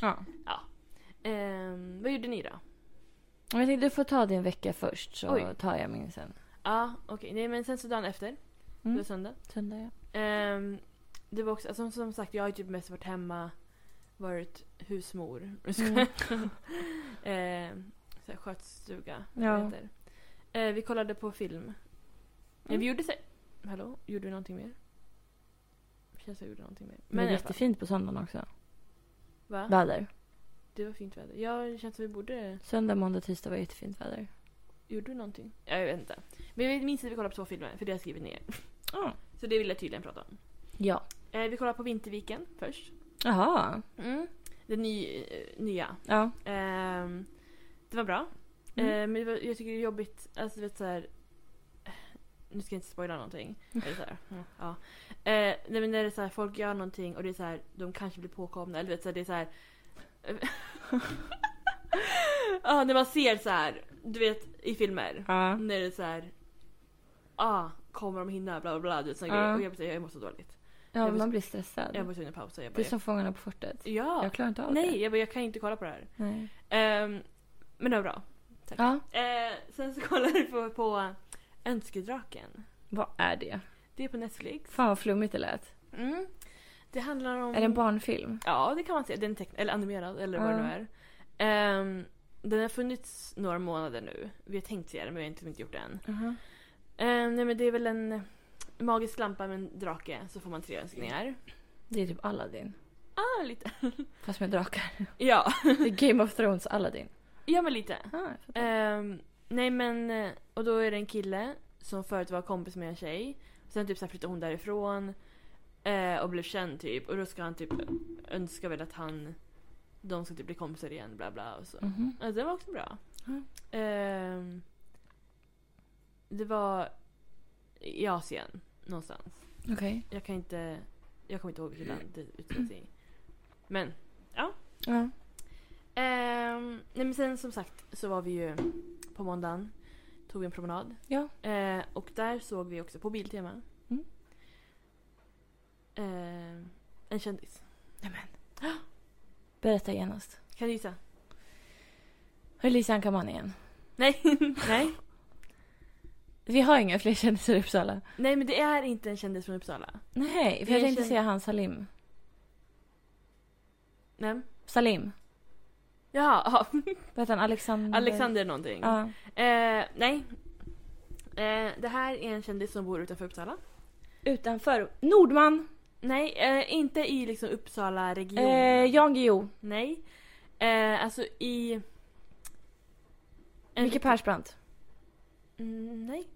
A: Ja.
B: Ehm, vad gjorde ni då? Ja,
A: Men jag tänkte du får ta din vecka först så
B: Oj.
A: tar jag min sen.
B: okej. Nej, men sen så dagen efter. Det
A: Mm.
B: var söndag.
A: Söndag ja.
B: Ehm, det var också, alltså, som sagt, jag har ju typ mest varit hemma, varit husmor. Mm. Ehm, så här, skötstuga. vad
A: Ja.
B: det heter. Eh, vi kollade på film. Eh, vi gjorde så... Hallå? Gjorde vi någonting mer? Det Känns som vi gjorde någonting mer.
A: Men det
B: i
A: är
B: alla fall.
A: jättefint på söndagen också.
B: Va?
A: Väder.
B: Det var fint väder. Ja, det känns som vi borde...
A: Söndag, måndag, tisdag var jättefint väder.
B: Gjorde du någonting? Ja, jag vet inte. Men jag minns att vi kollade på två filmer, för det har jag skrivit ner.
A: Ja.
B: Så det vill jag tydligen prata om.
A: Ja.
B: Eh, vi kollar på Vinterviken först.
A: Jaha.
B: Mm. Den ny, eh, nya.
A: Ja.
B: Ehm, det var bra.
A: Mm.
B: Eh, men det var, jag tycker det är jobbigt, alltså du vet såhär... Nu ska jag inte spoila någonting. Eller så här, mm, ja. eh, nej men när det är såhär, folk gör någonting och det är såhär, de kanske blir påkomna. Eller du vet såhär, det är såhär... Ja, när man ser så här, du vet i filmer.
A: Ja.
B: När det är så här. Ah, kommer de hinna? Bla bla bla. Du vet, såna
A: Ja.
B: grejer. Och jag, blir så här, jag mår så dåligt. Jag
A: Ja,
B: blir-
A: man blir stressad.
B: Jag var tvungen att pausa. Jag
A: Det är
B: bara,
A: som Fångarna på fortet.
B: ja!
A: Jag klarar inte av
B: Nej, jag bara, jag kan inte kolla på det här.
A: det. Nej.
B: Ehm, men det var bra.
A: Ja,
B: Eh, sen så kollade vi på, på Önskedraken.
A: vad är det?
B: Det är på Netflix.
A: Fan vad flummigt det lät.
B: Mm. Det handlar om...
A: Är det en barnfilm?
B: Ja, det kan man säga. Den är teck- eller animerad eller vad det
A: Ja.
B: nu är. Ehm, den har funnits några månader nu. Vi har tänkt se den men vi har inte, inte gjort det än.
A: uh
B: Ehm, nej men det är väl en magisk lampa med en drake så får man tre önskningar.
A: Det är typ Aladdin.
B: Ah, lite.
A: Fast med drakar.
B: Ja,
A: Det är Game of Thrones Aladdin.
B: ja men lite.
A: Ah, jag fattar.
B: Ehm, nej men, eh, och då är det en kille som förut var kompis med en tjej. Sen typ så här flyttade hon därifrån eh, och blev känd typ. Och då ska han typ önska väl att han, de ska typ bli kompisar igen bla bla och så.
A: Mhm.
B: Mm. Ja, den var också bra.
A: Mm.
B: Ehm, det var i Asien någonstans.
A: mm-hmm. Okej.
B: Jag kan inte, jag kommer inte ihåg hur land det utspelar sig i. Men
A: Ja.
B: Ehm, nej men sen som sagt så var vi ju på måndagen. Tog vi en promenad.
A: Ja.
B: Eh, och där såg vi också på Biltema.
A: Mm.
B: Ehm, en kändis.
A: Nämen. Berätta genast.
B: Kan du gissa?
A: Hur är Lisa Ankarman igen?
B: Nej. nej.
A: Vi har inga fler kändisar i Uppsala.
B: Nej men det är inte en kändis från Uppsala.
A: Nej, för
B: Jag
A: jag tänkte
B: känner-
A: säga han Salim.
B: Nej.
A: Salim.
B: Jaha, aha.
A: Vad heter han? Alexander?
B: Alexander någonting.
A: Ja.
B: Eh, nej. Eh, det här är en kändis som bor utanför Uppsala.
A: Utanför. Nordman.
B: Nej, eh, inte i liksom Uppsala-regionen.
A: Eh, Jan Guillou.
B: Nej. Eh, alltså i...
A: Micke Persbrandt.
B: Mm, nej.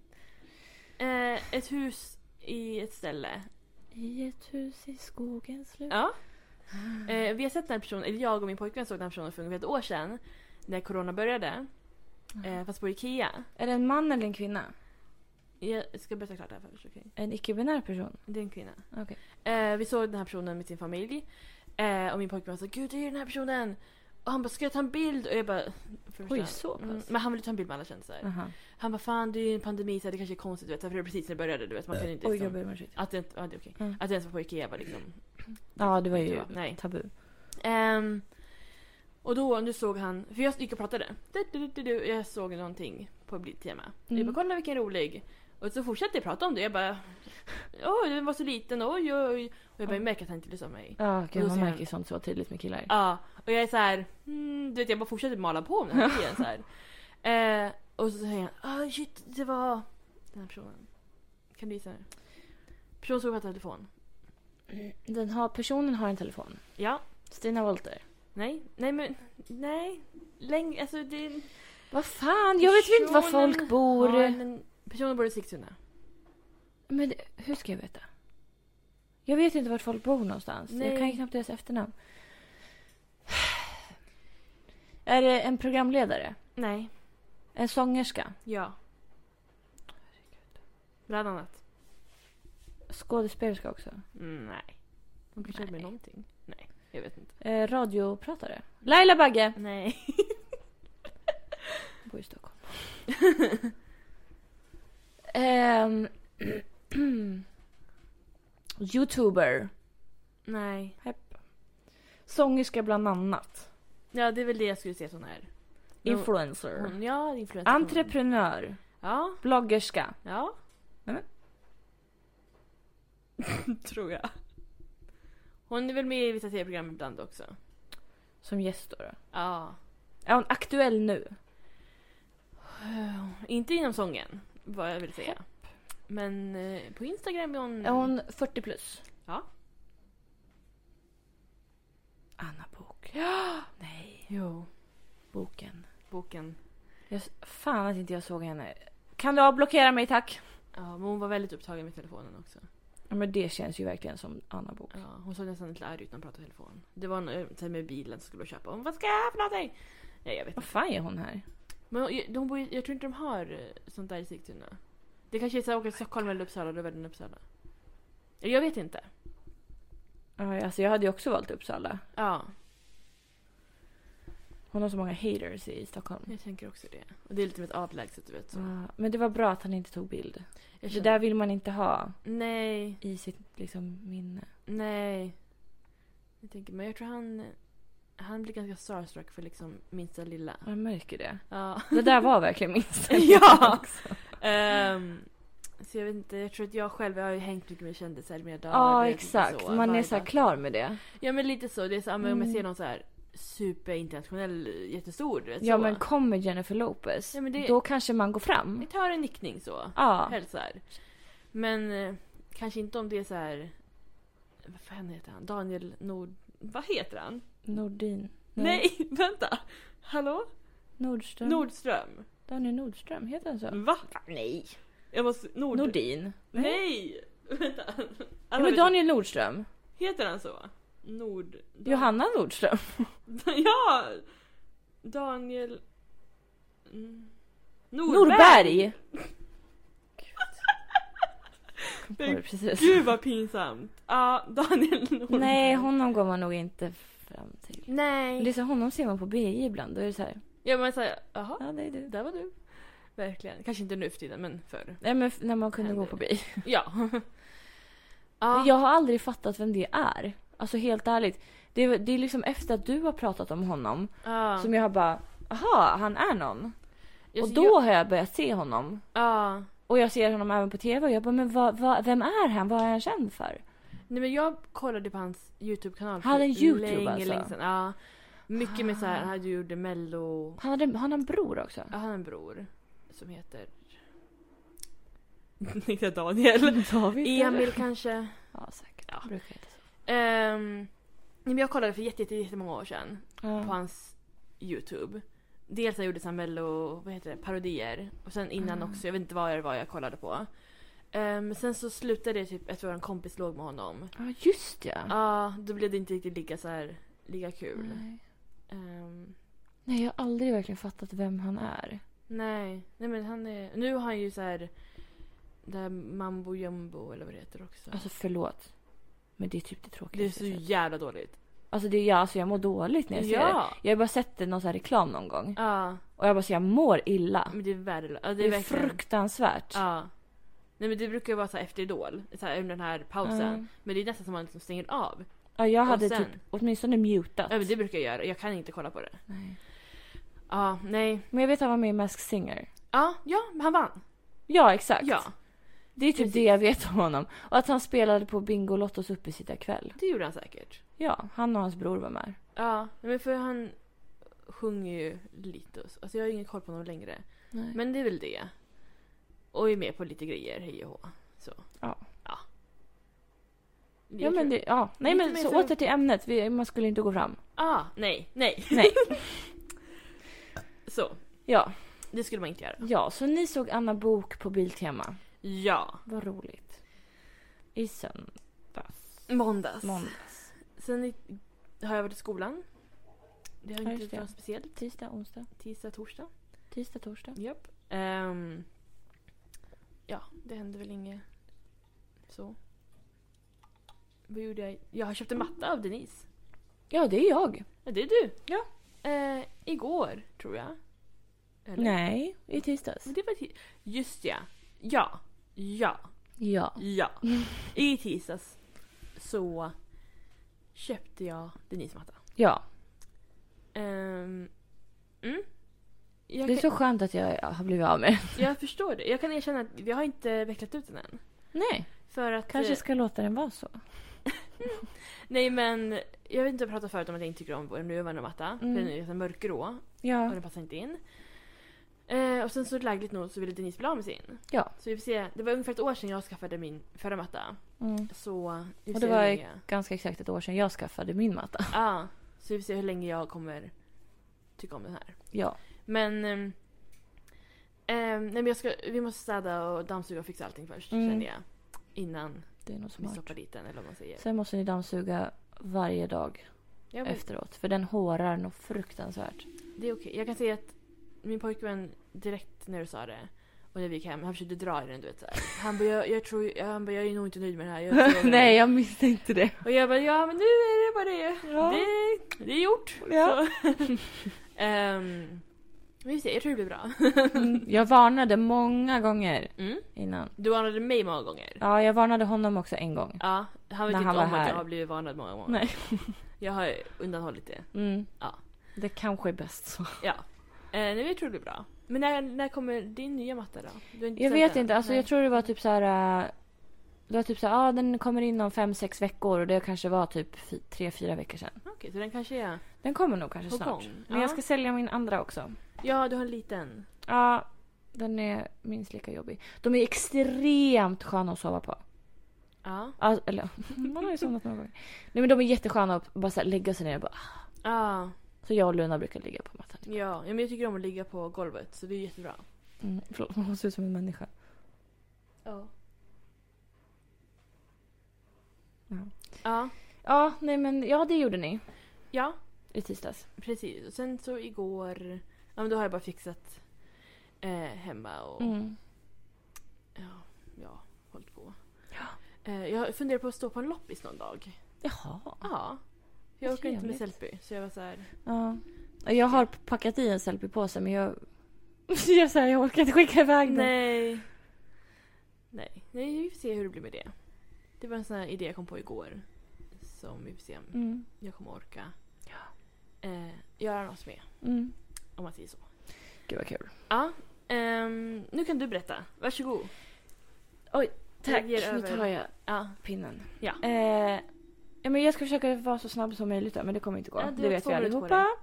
B: Eh, ett hus i ett ställe.
A: I ett hus i skogen slut.
B: Ja. Eh, vi har sett den här personen, eller jag och min pojkvän såg den här personen för ungefär ett år sedan. När corona började. Eh, fast på Ikea.
A: Är det en man eller en kvinna?
B: Jag ska berätta klart det här först, okej?
A: En icke-binär person?
B: Det är en kvinna.
A: Okej.
B: Eh, vi såg den här personen med sin familj. Eh, och min pojkvän sa “Gud, det är ju den här personen!” Och han bara “Ska jag ta en bild?” Och jag bara... för det
A: Oj,
B: första-
A: så pass.
B: Mm, men han ville ta en bild med alla kändisar.
A: Aha.
B: Han bara “Fan, det är ju en pandemi, så det kanske är konstigt, du vet, för det är precis när det började, du vet. Man kan ju inte
A: Oj,
B: liksom,
A: jag ber om ursäkt.
B: Att det inte, ja, det är okej.
A: Mm.
B: Att det ens var på Ikea var liksom...
A: Ja, det var ju
B: Nej.
A: tabu.
B: Ehm, och då, nu såg han... För jag gick och pratade. Du, du, du, du, jag såg någonting på Biltema. Jag bara
A: Mm.
B: “Kolla vilken rolig!” Och så fortsatte jag prata om det. Jag bara “Oj, den var så liten, oj, oj”. Och jag bara, jag märker att han inte lyssnar på mig.
A: Ja, gud,
B: Och
A: man
B: så-
A: märker ju sånt så tydligt med killar.
B: Ja, och jag är så här, mm, du vet jag bara fortsätter mala på om den här tjejen så här. Eh, och så säger han, ah shit det var den här personen. Kan du gissa nu? Personen som pratar i telefon.
A: Den har, personen har en telefon.
B: Ja,
A: Stina Wolter.
B: nej, nej men, nej. Läng, alltså det...
A: Vad fan, jag vet väl inte var
B: Personen
A: folk bor.
B: har en- personen bor i Sigtuna.
A: Men det- hur ska jag veta? Jag vet inte vart folk bor någonstans.
B: Nej.
A: Jag kan ju knappt deras efternamn. Är det en programledare?
B: Nej,
A: En sångerska?
B: ja. Bland annat.
A: Skådespelerska också?
B: Mm, Nej. Hon kanske
A: Nej.
B: med någonting. Nej, jag vet inte.
A: Eh, radiopratare? Laila Bagge!
B: Nej.
A: Hon bor i Stockholm. Ehm, Youtuber.
B: Nej.
A: Sångerska bland annat.
B: Ja, det är väl det jag skulle säga att hon är. Hon-
A: Influencer.
B: hon- Ja, influencer.
A: Entreprenör.
B: Ja,
A: Bloggerska.
B: ja.
A: Nej,
B: Tror jag. Hon är väl med i vissa tv-program ibland också.
A: Som gäst då. då.
B: Ja.
A: Är hon aktuell nu?
B: Inte inom sången, vad jag vill säga. Men eh, på Instagram är hon...
A: Är hon 40 plus?
B: Ja.
A: Anna Bok. Ja! Nej,
B: Jo.
A: boken.
B: Boken.
A: Jag, fan att inte jag såg henne. Kan du avblockera mig tack?
B: Ja, men hon var väldigt upptagen med telefonen också.
A: Ja, men det känns ju verkligen som Anna Bok.
B: Ja, hon såg nästan lite arg ut när hon pratade i telefon. Det var något med bilen som skulle köpa. Hon vad ska jag ha för någonting? Nej, jag vet
A: Vad
B: inte.
A: fan gör hon här?
B: Men hon- de bor, ju- jag tror inte de har eh, sånt där i Sigtuna. Det kanske är så att åka till Stockholm eller Uppsala, då är den Uppsala. Eller Jag vet inte.
A: Ja, Alltså, jag hade ju också valt Uppsala.
B: Ja.
A: Hon har så många haters i Stockholm.
B: Jag tänker också det. Och det är lite mer avlägset du vet. Så.
A: Ja, men det var bra att han inte tog bild.
B: Jag
A: Mm. Det
B: känner-
A: där vill man inte ha
B: Nej,
A: i sitt liksom, minne.
B: nej. Jag tänker, men jag tror han... Han blir ganska starstruck för liksom minsta lilla.
A: Ja, Jag märker det.
B: Ja.
A: Det där var verkligen min ställning
B: Ja.
A: också.
B: Ehm, så jag vet inte, jag tror att jag själv, jag har ju hängt mycket med kändisar i mina dagar.
A: Ja,
B: och
A: exakt.
B: så,
A: Man är
B: varje
A: så här
B: dag.
A: klar med det.
B: Ja men lite så, det är så, mm. om jag
A: Mm.
B: ser någon så här superinternationell, jättestor du vet
A: Ja,
B: så.
A: men kommer Jennifer Lopez,
B: Ja, men det-
A: då kanske man går fram.
B: Jag tar en nickning så,
A: Ja.
B: hälsar. Men eh, kanske inte om det är så här. vad fan heter han? Daniel Nord... Vad heter han?
A: Nordin.
B: Nej, vänta! Hallå?
A: Nordström.
B: Nordström?
A: Daniel Nordström, heter han så?
B: Va?
A: Nej.
B: Jag måste... Nord...
A: Nordin.
B: Nej! Vänta.
A: Ja,
B: Alla
A: men
B: vet-
A: Daniel Nordström.
B: Heter han så? Nord... Dan-
A: Johanna Nordström.
B: Ja! Daniel... Mm.
A: Norberg! Var
B: Men
A: det Precis.
B: Gud vad pinsamt! Ja, Daniel Nordberg.
A: Nej, honom går man nog inte fram till. Men Det
B: Nej.
A: är så honom ser man på BI ibland. Då är det så här.
B: Ja men såhär, jaha,
A: Ja, det är du.
B: där var du. Verkligen. Kanske inte nu för tiden men förr.
A: Nej, men f- när man kunde
B: Händer
A: gå på
B: det.
A: BI.
B: Ja. ja.
A: Jag har aldrig fattat vem det är. Alltså helt ärligt. Det är, det är liksom efter att du har pratat om honom
B: ja.
A: som jag har bara, aha, han är någon.
B: Jag-
A: och då har jag börjat se honom.
B: Ja.
A: Och jag ser honom även på tv och jag bara, men vad, vad, vem är han? Vad är han känd för?
B: Nej men jag kollade på hans YouTube-kanal
A: Han hade en
B: för
A: YouTube,
B: länge,
A: alltså?
B: länge sedan. Ja. Mycket med såhär,
A: Ah.
B: han hade gjort mello...
A: Han, hade, han har en bror också.
B: Ja, han har en bror som heter... Inte Daniel.
A: David?
B: Emil kanske.
A: Ja, säkert.
B: Ja.
A: Brukar heta så.
B: Ehm, nej, men jag kollade för jätte, jätte, jättemånga år sedan på
A: Ja.
B: hans YouTube. Dels han gjorde samhälle och vad heter det, parodier. Och sen innan
A: Mm.
B: också, jag vet inte vad det var jag kollade på. Ehm, sen så slutade det typ, jag tror en kompis låg med honom.
A: ja, just ja.
B: Ja, då blev det inte riktigt lika så här, lika kul.
A: Nej.
B: Ehm,
A: Nej, jag har aldrig verkligen fattat vem han är.
B: nej. nej, men han är, nu har han ju så här det här mambo jumbo eller vad det heter också.
A: Alltså förlåt. Men det är typ det
B: det är
A: tråkigaste
B: så
A: jag sett.
B: jävla dåligt.
A: Alltså, det, ja, alltså jag mår dåligt när jag ser det.
B: Ja!
A: Jag har bara sett det någon sån här reklam någon gång.
B: Ja,
A: Och jag bara så jag mår illa.
B: men det är värdelöst. Ja,
A: Det är,
B: verkligen-
A: fruktansvärt.
B: Ja. Nej men det brukar ju vara så här efter Idol, så här under den här pausen.
A: Ja.
B: Men det är nästan som man liksom stänger av.
A: Ja, jag
B: Och
A: hade
B: sen-
A: typ åtminstone mutat.
B: Ja men det brukar jag göra, jag kan inte kolla på det.
A: Nej.
B: Ja, nej.
A: Men jag vet att han var med i Mask Singer.
B: Ja, ja, men han vann.
A: Ja, exakt.
B: Ja,
A: Det är typ
B: Precis.
A: det jag vet om honom. Och att han spelade på Bingolottos uppesittarkväll.
B: det gjorde han säkert.
A: Ja, han och hans bror var med.
B: Ja, nej, men för han sjunger ju lite och så. Alltså jag har ingen koll på honom längre.
A: Nej.
B: Men det är väl det. Och är med på lite grejer, hej och hå. Så.
A: Ja.
B: Ja.
A: ja, men det, ja. Nej,
B: Lite
A: men
B: mer
A: så
B: för-
A: åter till ämnet. Vi, man skulle inte gå fram.
B: Ah, nej, nej.
A: Nej.
B: Så,
A: Ja.
B: det skulle man inte göra.
A: ja, så ni såg Anna Bok på Biltema.
B: Ja.
A: Vad roligt. I söndags.
B: Måndags.
A: Måndags.
B: Sen i- har jag varit i skolan. Det har
A: Ja,
B: inte
A: just det.
B: varit något speciellt.
A: Tisdag, onsdag.
B: Tisdag, torsdag.
A: Tisdag, torsdag.
B: Japp. Ehm, ja, det hände väl inget så. Vad gjorde jag? Jag har köpt en matta av Denise.
A: Ja, det är jag.
B: Ja, det är du.
A: Ja.
B: Eh, igår, tror jag. Eller? Mm.
A: Nej, i tisdags.
B: Men det var ti- Just ja. Ja. Ja.
A: Ja.
B: Ja. I tisdags så köpte jag Denise matta.
A: Ja.
B: Ehm, mm. Jag
A: Det är
B: kan-
A: så skönt att jag har blivit av med
B: Jag förstår det. Jag kan erkänna att vi har inte vecklat ut den än.
A: Nej,
B: För att...
A: kanske
B: eh,
A: ska låta den vara så.
B: Nej men, jag vet inte, jag pratade förut om att jag inte tycker om vår nuvarande matta.
A: Mm.
B: För den är ju så mörkgrå och
A: Ja.
B: den passar inte in. Eh, och sen så lägligt nog så ville Denise bli av med sin.
A: Ja.
B: Så vi får se. Det var ungefär ett år sedan jag skaffade min förra matta.
A: Mm.
B: Så vi får
A: Och
B: se
A: det
B: hur
A: var
B: länge.
A: ganska exakt ett år sedan jag skaffade min matta.
B: Ja. Så vi får se hur länge jag kommer tycka om den här.
A: Ja.
B: Men... ehm, ehm, nej men jag ska, vi måste städa och dammsuga och fixa allting först
A: Mm.
B: känner jag. Innan
A: Det är nog
B: vi
A: smart.
B: stoppar dit den eller vad man säger.
A: Sen måste ni dammsuga varje dag
B: Ja, men-
A: efteråt. För den hårar nog fruktansvärt.
B: Det är okej. Jag kan säga att min pojkvän direkt när du sa det och när vi gick hem, han försökte dra i den du vet såhär. Han bara, jag, jag tror, jag, han bara, jag är nog inte nöjd med det här. Jag är inte nöjd med det
A: Nej,
B: här."
A: jag misstänkte inte det.
B: Och jag bara, ja men nu är det bara det.
A: Ja.
B: Det, det är gjort.
A: Ja.
B: Så. Ehm, vi får se, jag tror det blir bra.
A: Jag varnade många gånger
B: Mm.
A: innan.
B: Du varnade mig många gånger.
A: Ja, jag varnade honom också en gång.
B: Ja, han vet
A: När
B: inte
A: han
B: om
A: var
B: att
A: här.
B: jag har blivit varnad många gånger.
A: Nej.
B: Jag har undanhållit det.
A: Mm.
B: Ja.
A: Det kanske är bäst så.
B: Ja. Eh, nej, jag tror det blir bra. Men när, när kommer din nya matta då? Du har inte
A: Jag
B: sett
A: vet
B: den?
A: inte, alltså
B: Nej.
A: jag tror det var typ så här. äh, Det var typ så här, ah, den kommer in om fem, sex veckor och det kanske var typ fi- tre, fyra veckor sedan.
B: Okej, så den kanske är...
A: Den kommer nog kanske
B: På
A: snart.
B: gång,
A: Men
B: ja.
A: jag ska sälja min andra också.
B: Ja, du har en liten.
A: Ja, den är minst lika jobbig. De är extremt sköna att sova på.
B: Ja.
A: Alltså, eller, man har ju somnat någon gång. Nej men de är jättesköna att bara så här, lägga sig ner och bara... ah.
B: Ja.
A: Så jag och Luna brukar ligga på mattan.
B: Ja, ja, men jag tycker om att ligga på golvet så det är jättebra.
A: Mm, förlåt, hon ser ut som en människa.
B: Ja.
A: Ja.
B: Ja,
A: Ja, nej men ja det gjorde ni
B: ja
A: i tisdags.
B: precis. Och sen så igår, ja men då har jag bara fixat eh, hemma och
A: Mm.
B: ja, ja, hållit på. Eh, jag funderar på att stå på en loppis någon dag.
A: Jaha.
B: Ja. Jag
A: Vad
B: orkar inte
A: trevligt.
B: med selfie så jag var så här.
A: Ja. Jag har packat i en selfiepåse men jag... jag, så här, jag orkar inte skicka iväg den.
B: Nej. Nej. Nej, vi får se hur det blir med det. Det var en sån här idé jag kom på igår. Som vi får se om
A: Mm.
B: jag kommer orka eh, göra något med.
A: Mm.
B: Om man säger så.
A: Gud vad kul.
B: Ja. ehm, nu kan du berätta. Varsågod.
A: Tack,
B: Jag ger
A: nu
B: över.
A: tar jag
B: Ja.
A: pinnen.
B: Ja.
A: Eh, ja, men jag ska försöka vara så snabb som möjligt då, men det kommer inte gå.
B: Ja, du
A: det
B: har
A: vet
B: två
A: vi
B: minuter på
A: allihopa.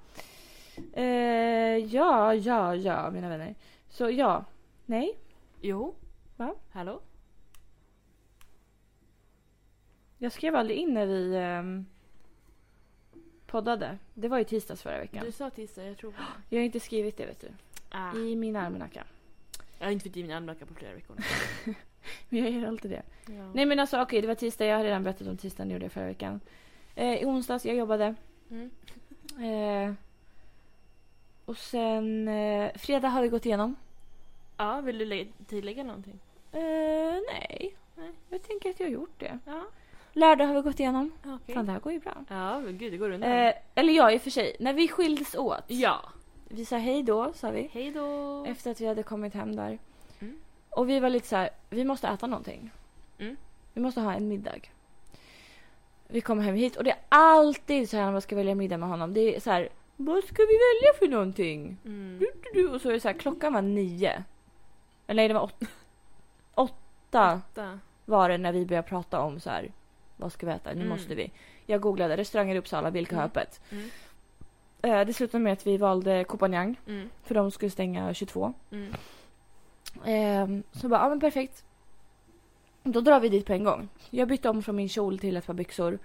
A: Eh, ja, ja, ja, mina vänner. Så ja, nej,
B: Jo.
A: Va?
B: Hallå?
A: jag skrev aldrig in när vi ehm, poddade. Det var ju tisdags förra veckan.
B: Du sa tisdag, jag tror på det.
A: Jag har inte skrivit det vet du.
B: ah.
A: I min almanacka.
B: Jag har inte fått i mina almanackor på flera veckor. nu.
A: Men jag gör alltid det.
B: Ja.
A: Nej men alltså okej, det var tisdag. Jag har redan berättat om tisdagen jag gjorde förra veckan. Eh, I onsdags, jag jobbade.
B: Mm.
A: Eh, och sen eh, fredag har vi gått igenom.
B: Ja, vill du lä- tillägga någonting?
A: Eh, nej.
B: Nej.
A: jag tänker att jag har gjort det.
B: Ja.
A: Lördag har vi gått igenom.
B: Okej.
A: Fan, det här går ju bra.
B: Ja, men gud det går undan.
A: Eh, eller ja, i och för sig. När vi skildes åt.
B: ja.
A: Vi sa hej då, sa vi.
B: Hej då.
A: Efter att vi hade kommit hem där.
B: Mm.
A: Och vi var lite så här, vi måste äta någonting.
B: Mm.
A: Vi måste ha en middag. Vi kom hem hit och det är alltid så här när man ska välja middag med honom. Det är så här, vad ska vi välja för någonting?
B: Mm.
A: Du, du, du. Och så är det så här, klockan var nio. Eller nej, det var åt- åtta
B: Åtta.
A: var det när vi började prata om så här, vad ska vi äta? Nu
B: Mm.
A: måste vi. Jag googlade restauranger i Uppsala, vilka har
B: Mm.
A: öppet?
B: Mm.
A: Eh, det slutade med att vi valde Kopanjang
B: Mm.
A: för de skulle stänga 22.
B: Mm.
A: Ehm, så bara, ja men perfekt. Då drar vi dit på en gång. Jag bytte om från min kjol till ett par byxor.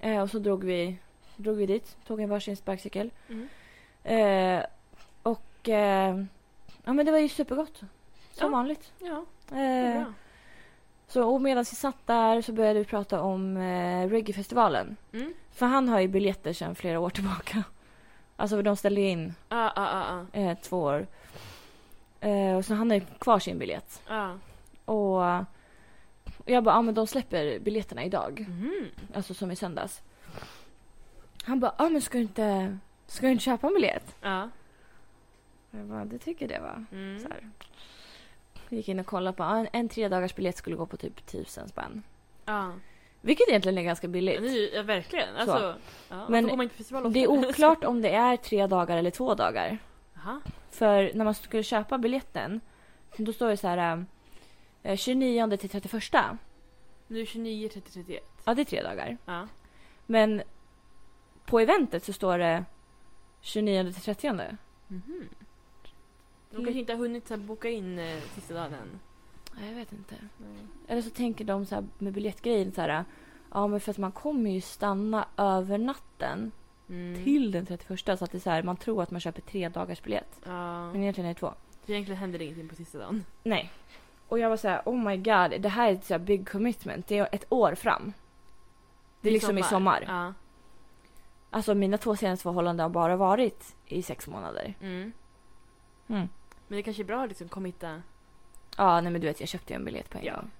A: Eh, och så drog vi, drog vi dit. Tog en varsin sparkcykel.
B: Mm.
A: Eh, och eh, ja men det var ju supergott. Som
B: Ja.
A: vanligt.
B: Ja, det är
A: Eh,
B: bra.
A: så och medan vi satt där så började vi prata om eh, reggaefestivalen.
B: Mm.
A: För han har ju biljetter sedan flera år tillbaka. Alltså för de ställde ju in
B: Ja, ja, ja,
A: eh, två år. Eh, och så han har ju kvar sin biljett.
B: ja.
A: Och och jag bara, ja men de släpper biljetterna idag.
B: Mhm.
A: Alltså som i söndags. Han bara, ja men ska du inte, ska du inte köpa en biljett?
B: Ja.
A: Jag bara, du tycker det va?
B: Ah, Mm.
A: Så här. Gick in och kollade på, ja, en, en tre dagars biljett skulle gå på typ 1000 spänn.
B: Ja.
A: Vilket egentligen är ganska
B: Ja, det är
A: billigt.
B: ju- Ah. ja, verkligen. Alltså, ja.
A: Men
B: Men går man inte på festival
A: Det är
B: oftare?
A: oklart om det är tre dagar eller två dagar.
B: Jaha.
A: För när man skulle köpa biljetten, då står det så här eh, 29 till 31.
B: Nu är det 29, 30, 31.
A: Ja det är tre dagar.
B: Ja.
A: Men på eventet så står det 29 till 30.
B: Mhm. De kanske inte har hunnit så här, boka in eh, sista dagen än.
A: Nej, jag vet inte.
B: Nej.
A: Eller så tänker de så här med biljettgrejen så här. Ja, men för att man kommer ju stanna över natten
B: Mm.
A: till den 31 så att det är så här, man tror att man köper tre dagars biljett.
B: Ja.
A: Men egentligen är det två.
B: Så egentligen händer det ingenting på sista dagen.
A: Nej. Och jag var så här, oh my god, det här är ett så här big commitment. Det är ett år fram. Det är
B: I
A: liksom i sommar.
B: Ja.
A: Alltså mina två senaste förhållanden har bara varit i sex månader.
B: Mm.
A: Mm.
B: Men det kanske är bra att liksom committa.
A: Ja, nej men du vet jag köpte ju en biljett på en
B: Ja.
A: gång.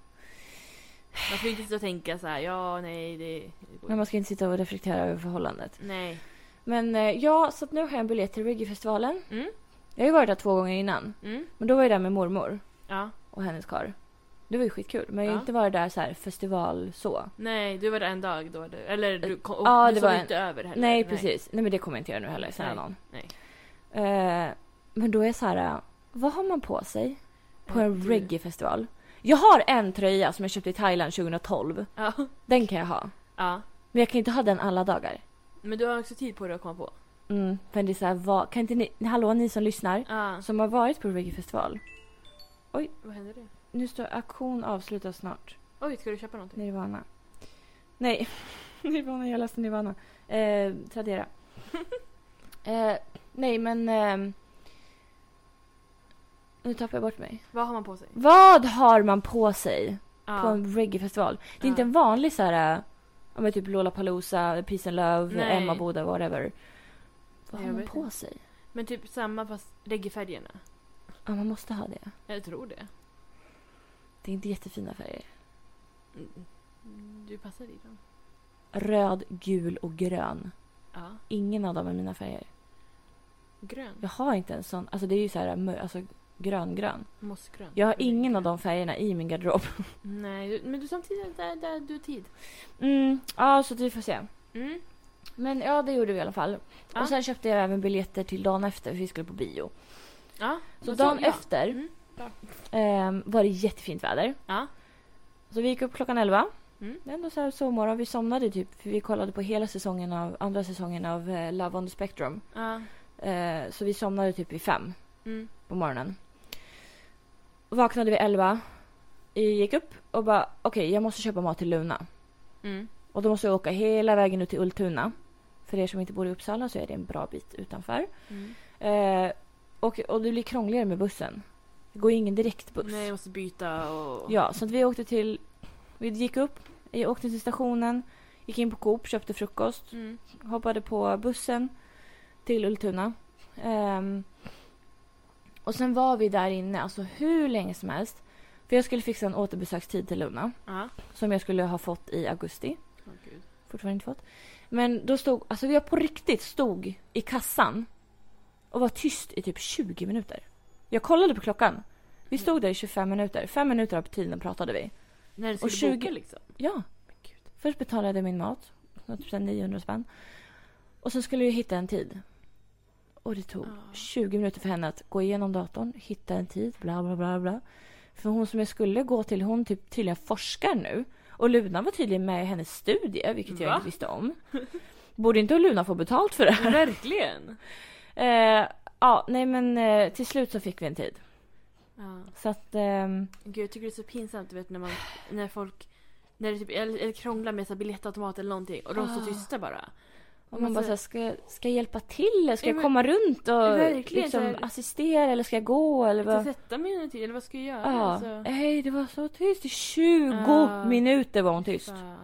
B: Man får ju inte sitta och tänka så här, ja, nej, det, det går
A: Men man ska inte sitta och reflektera över förhållandet.
B: inte. Nej.
A: Men eh, ja, så att nu har jag en biljett till Reggaefestivalen.
B: Mm.
A: Jag har ju varit där två gånger innan.
B: Mm.
A: Men då var jag där med mormor
B: Ja.
A: och hennes kar. Det var ju skitkul. Men jag har
B: Ja.
A: inte varit där så här festival så.
B: Nej, du var där en dag då. du- Eller du, kom, och
A: Ja,
B: du
A: det
B: sov
A: var en-
B: inte över heller.
A: Nej, precis. Nej men det kommer jag inte göra nu heller. Snälla
B: Nej,
A: någon.
B: nej.
A: Eh, men då är jag så här. eh, Vad har man på sig på
B: Eh,
A: en
B: du-
A: reggaefestival? Jag har en tröja som jag köpte i Thailand 2012.
B: Ja.
A: Den kan jag ha.
B: ja.
A: Men jag kan inte ha den alla dagar.
B: Men du har också tid på dig att komma på.
A: Mm, men det är så här, vad, kan inte ni, hallå ni som lyssnar,
B: Ja.
A: som har varit på reggaefestival.
B: Vad händer det?
A: Nu står auktion avslutas snart.
B: Oj, ska du köpa någonting?
A: Nirvana. Nej, Nirvana, jag läste Nirvana. Eh, Tradera. eh, nej, men... ehm, nu tappar jag bort mig.
B: Vad har man på sig?
A: Vad har man på sig
B: Ja.
A: på en reggaefestival? Det är
B: Ja.
A: inte en vanlig så här... ja, men typ Lollapalooza, Peace and Love,
B: Nej.
A: Emma Boda, whatever. Vad har
B: Nej, jag
A: man
B: vet
A: på
B: inte.
A: sig?
B: Men typ samma fast reggae-färgerna.
A: Ja, man måste ha det.
B: Jag tror det.
A: Det är inte jättefina färger.
B: Mm. Du passar i dem.
A: Röd, gul och grön.
B: Ja.
A: Ingen av dem är mina färger.
B: Grön.
A: Jag har inte en sån. Alltså det är ju så här mö- alltså, grön, grön.
B: Mossgrön.
A: Jag har ingen av de färgerna i min garderob.
B: Nej, du, men du samtidigt där, där du har tid.
A: Mm, ja, så vi får se.
B: Mm.
A: Men ja, det gjorde vi i alla fall.
B: Ja.
A: Och sen köpte jag även biljetter till dagen efter för vi skulle på bio.
B: Ja.
A: Så
B: vad
A: dagen
B: sa jag?
A: efter
B: Mm, bra.
A: ehm, var det jättefint väder.
B: Ja.
A: Så vi gick upp klockan 11.
B: Mm.
A: Det är ändå så här sovmorgon. Vi somnade typ för vi kollade på hela säsongen av andra säsongen av eh, Love on the Spectrum.
B: Ja.
A: Eh, så vi somnade typ vid fem.
B: Mm.
A: på morgonen. Vaknade vid 11. Gick upp och bara okej jag måste köpa mat till Luna.
B: Mm.
A: Och då måste jag åka hela vägen ut till Ultuna. För er som inte bor i Uppsala så är det en bra bit utanför.
B: Mm.
A: Eh, och, och det blir krångligare med bussen. Det går ju ingen direktbuss.
B: Nej, jag måste byta och...
A: Ja, så att vi åkte till... Vi gick upp, eh, åkte till stationen, gick in på Coop, köpte frukost
B: Mm.
A: hoppade på bussen till Ultuna. Ehm, och sen var vi där inne alltså hur länge som helst. För jag skulle fixa en återbesökstid till Luna
B: Ja.
A: som jag skulle ha fått i augusti.
B: Åh, gud.
A: Fortfarande inte fått. Men då stod, alltså jag på riktigt stod i kassan och var tyst i typ 20 minuter. Jag kollade på klockan. Vi stod där i 25 minuter. Fem minuter av tiden pratade vi.
B: När du
A: Och
B: skulle
A: 20
B: boka liksom.
A: Ja. Först betalade jag min mat, det var typ så här 900 spänn. Och sen skulle jag hitta en tid. Och det tog
B: Ja.
A: 20 minuter för henne att gå igenom datorn, hitta en tid, bla bla bla bla. För hon som jag skulle gå till, hon typ tydligen forskar nu. Och Luna var tydligen med i hennes studie, vilket jag
B: Va?
A: inte visste om. Borde inte Luna få betalt för det här?
B: Verkligen!
A: Eh, ja, nej men eh, till slut så fick vi en tid.
B: Ja.
A: Så att... ehm,
B: Gud, jag tycker det är så pinsamt du vet när man, när folk, när det typ, eller, eller krånglar med så här biljettautomat eller någonting och de står
A: Ah.
B: tysta bara.
A: Och man
B: Men
A: bara
B: så-
A: såhär, ska, ska jag hjälpa till? Eller Ska
B: Ja,
A: jag
B: men-
A: komma runt och
B: Verkligen, så
A: liksom
B: här-
A: assistera eller ska jag gå? Eller
B: Ska jag
A: vad?
B: sätta mig under tid eller vad ska jag göra?
A: Ja.
B: Alltså,
A: Nej, det var så tyst. I 20
B: Ja.
A: minuter var hon tyst.
B: fan.
A: Ja,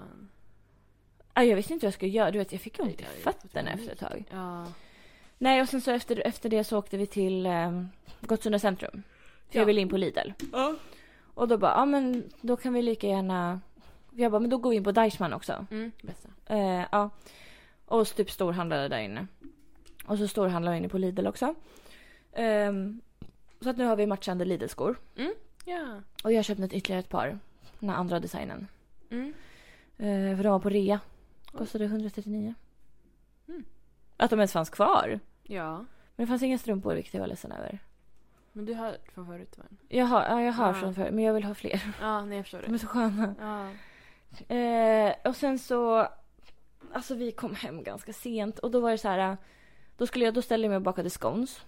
A: Ah, jag visste inte vad jag skulle göra. Du vet, jag fick ont i
B: Ja, jag får
A: fötterna
B: panik.
A: efter ett tag.
B: Ja.
A: Nej, och sen så efter, efter det så åkte vi till eh, Gottsunda centrum. För jag
B: Ja.
A: ville in på Lidl.
B: Ja.
A: Och då bara, ja men då kan vi lika gärna... Jag bara, men då går vi in på Deichmann också.
B: Mm, bästa.
A: Eh, ja. Och så typ storhandlade där inne. Och så storhandlade jag inne på Lidl också. Ehm, så att nu har vi matchande Lidl-skor.
B: Ja.
A: Och jag har köpt ett ytterligare ett par. Den här andra designen.
B: Mm.
A: Eh, för de var på rea. Kostade 139.
B: Mm.
A: Att de ens fanns kvar.
B: Ja.
A: Men det fanns inga strumpor vilket jag var ledsen över.
B: Men du har från förut va?
A: Jag har, ja, jag har
B: Ah.
A: från förr men jag vill ha fler.
B: Ja, nej jag förstår
A: De
B: det.
A: är så sköna.
B: Ja.
A: Eh, och sen så... Alltså vi kom hem ganska sent och då var det så här... eh, Då, skulle jag, då ställde jag mig och bakade scones.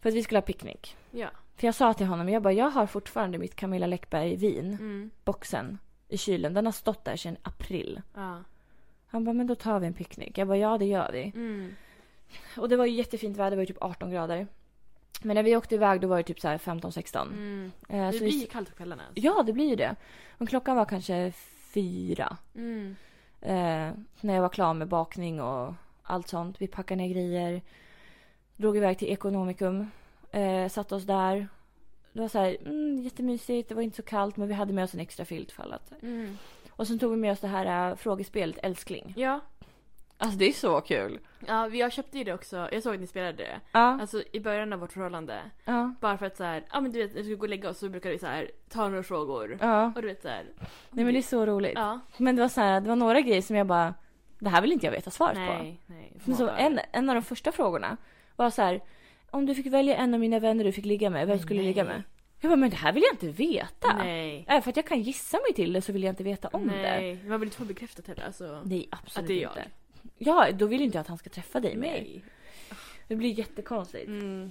A: För att vi skulle ha picknick.
B: Ja.
A: För jag sa till honom, jag bara, jag har fortfarande mitt Camilla Läckberg-vin,
B: Mm.
A: boxen, i kylen. Den har stått där sedan april.
B: Ja.
A: Han bara, men då tar vi en picknick. Jag bara, ja det gör vi.
B: Mm.
A: Och det var ju jättefint väder, det var ju typ 18 grader. Men när vi åkte iväg då var det typ så här 15-16.
B: Mm.
A: Eh,
B: det
A: så
B: blir
A: vi,
B: ju kallt på kvällarna. Alltså.
A: ja, det blir ju det. Men klockan var kanske fyra.
B: Mm.
A: Eh, när jag var klar med bakning och allt sånt. Vi packade ner grejer. Drog iväg till Ekonomikum. Eh, satte oss där. Det var så här, mm, jättemysigt, det var inte så kallt men vi hade med oss en extra filt för alla.
B: Mm.
A: Och sen tog vi med oss det här eh, frågespelet Älskling.
B: Ja.
A: Alltså det är så kul.
B: Ja, vi- jag köpte ju det också. Jag såg att ni spelade det.
A: Ja.
B: Alltså i början av vårt förhållande.
A: Ja.
B: Bara för att så här, ja men du vet när vi skulle gå och lägga oss så brukade vi så här ta några frågor.
A: Ja.
B: Och du vet så här.
A: Nej men det är så roligt.
B: Ja.
A: Men det var så här, det var några grejer som jag bara, det här vill inte jag veta svaret på.
B: Nej, nej.
A: Men så en, en av de första frågorna var så här, om du fick välja en av mina vänner du fick ligga med, vem skulle du ligga med? Jag bara, men det här vill jag inte veta.
B: Nej.
A: Även för att jag kan gissa mig till det så vill jag inte veta om det.
B: nej. Man vill inte få bekräftat heller alltså.
A: Nej, absolut
B: Att det är jag.
A: inte. Ja, då vill inte jag att han ska träffa dig mer.
B: Nej.
A: Det blir jättekonstigt.
B: Mm.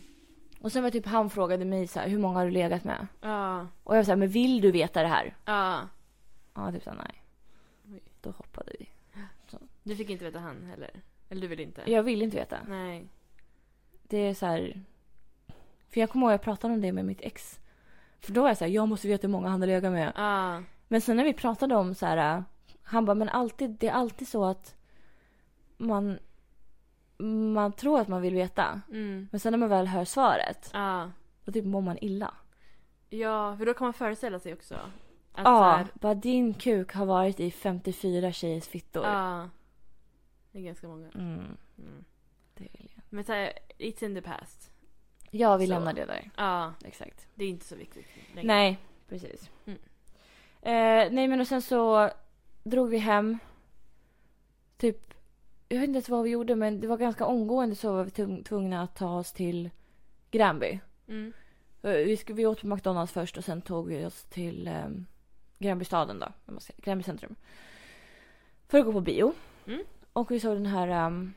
A: Och sen var typ han frågade mig så här, hur många har du legat med?
B: Ja.
A: Och jag var så här, men vill du veta det här?
B: Ja.
A: Ja, typ såhär, nej.
B: Oj.
A: Då hoppade vi.
B: Du fick inte veta han heller. Eller du ville inte.
A: Jag vill inte veta.
B: Nej.
A: Det är så här... För jag kommer ihåg att jag pratade om det med mitt ex. För då var jag så här, jag måste veta hur många han har legat med.
B: Ja.
A: Men sen när vi pratade om så här, äh, han bara, men alltid, det är alltid så att man, man tror att man vill veta.
B: Mm.
A: Men sen när man väl hör svaret,
B: Ja.
A: då typ mår man illa.
B: Ja, för då kan man föreställa sig också. Att så
A: Ja,
B: här,
A: bara din kuk har varit i 54 tjejers fittor.
B: ja. Det är ganska många.
A: Mm,
B: Mm.
A: det vill jag.
B: Men såhär, it's in the past.
A: Jag vill
B: Så.
A: lämna det där.
B: Ja,
A: Exakt.
B: det är inte så viktigt längre.
A: Nej, precis.
B: Mm.
A: Eh, nej men och sen så drog vi hem. Typ, jag vet inte ens vad vi gjorde men det var ganska omgående så var vi tung- tvungna att ta oss till Gränby.
B: Mm.
A: Eh, Vi, sk- vi åt på McDonalds först och sen tog vi oss till eh, Gränbystaden då. om man ska- Gränby centrum. För att gå på bio.
B: Mm.
A: Och vi såg den här... ehm,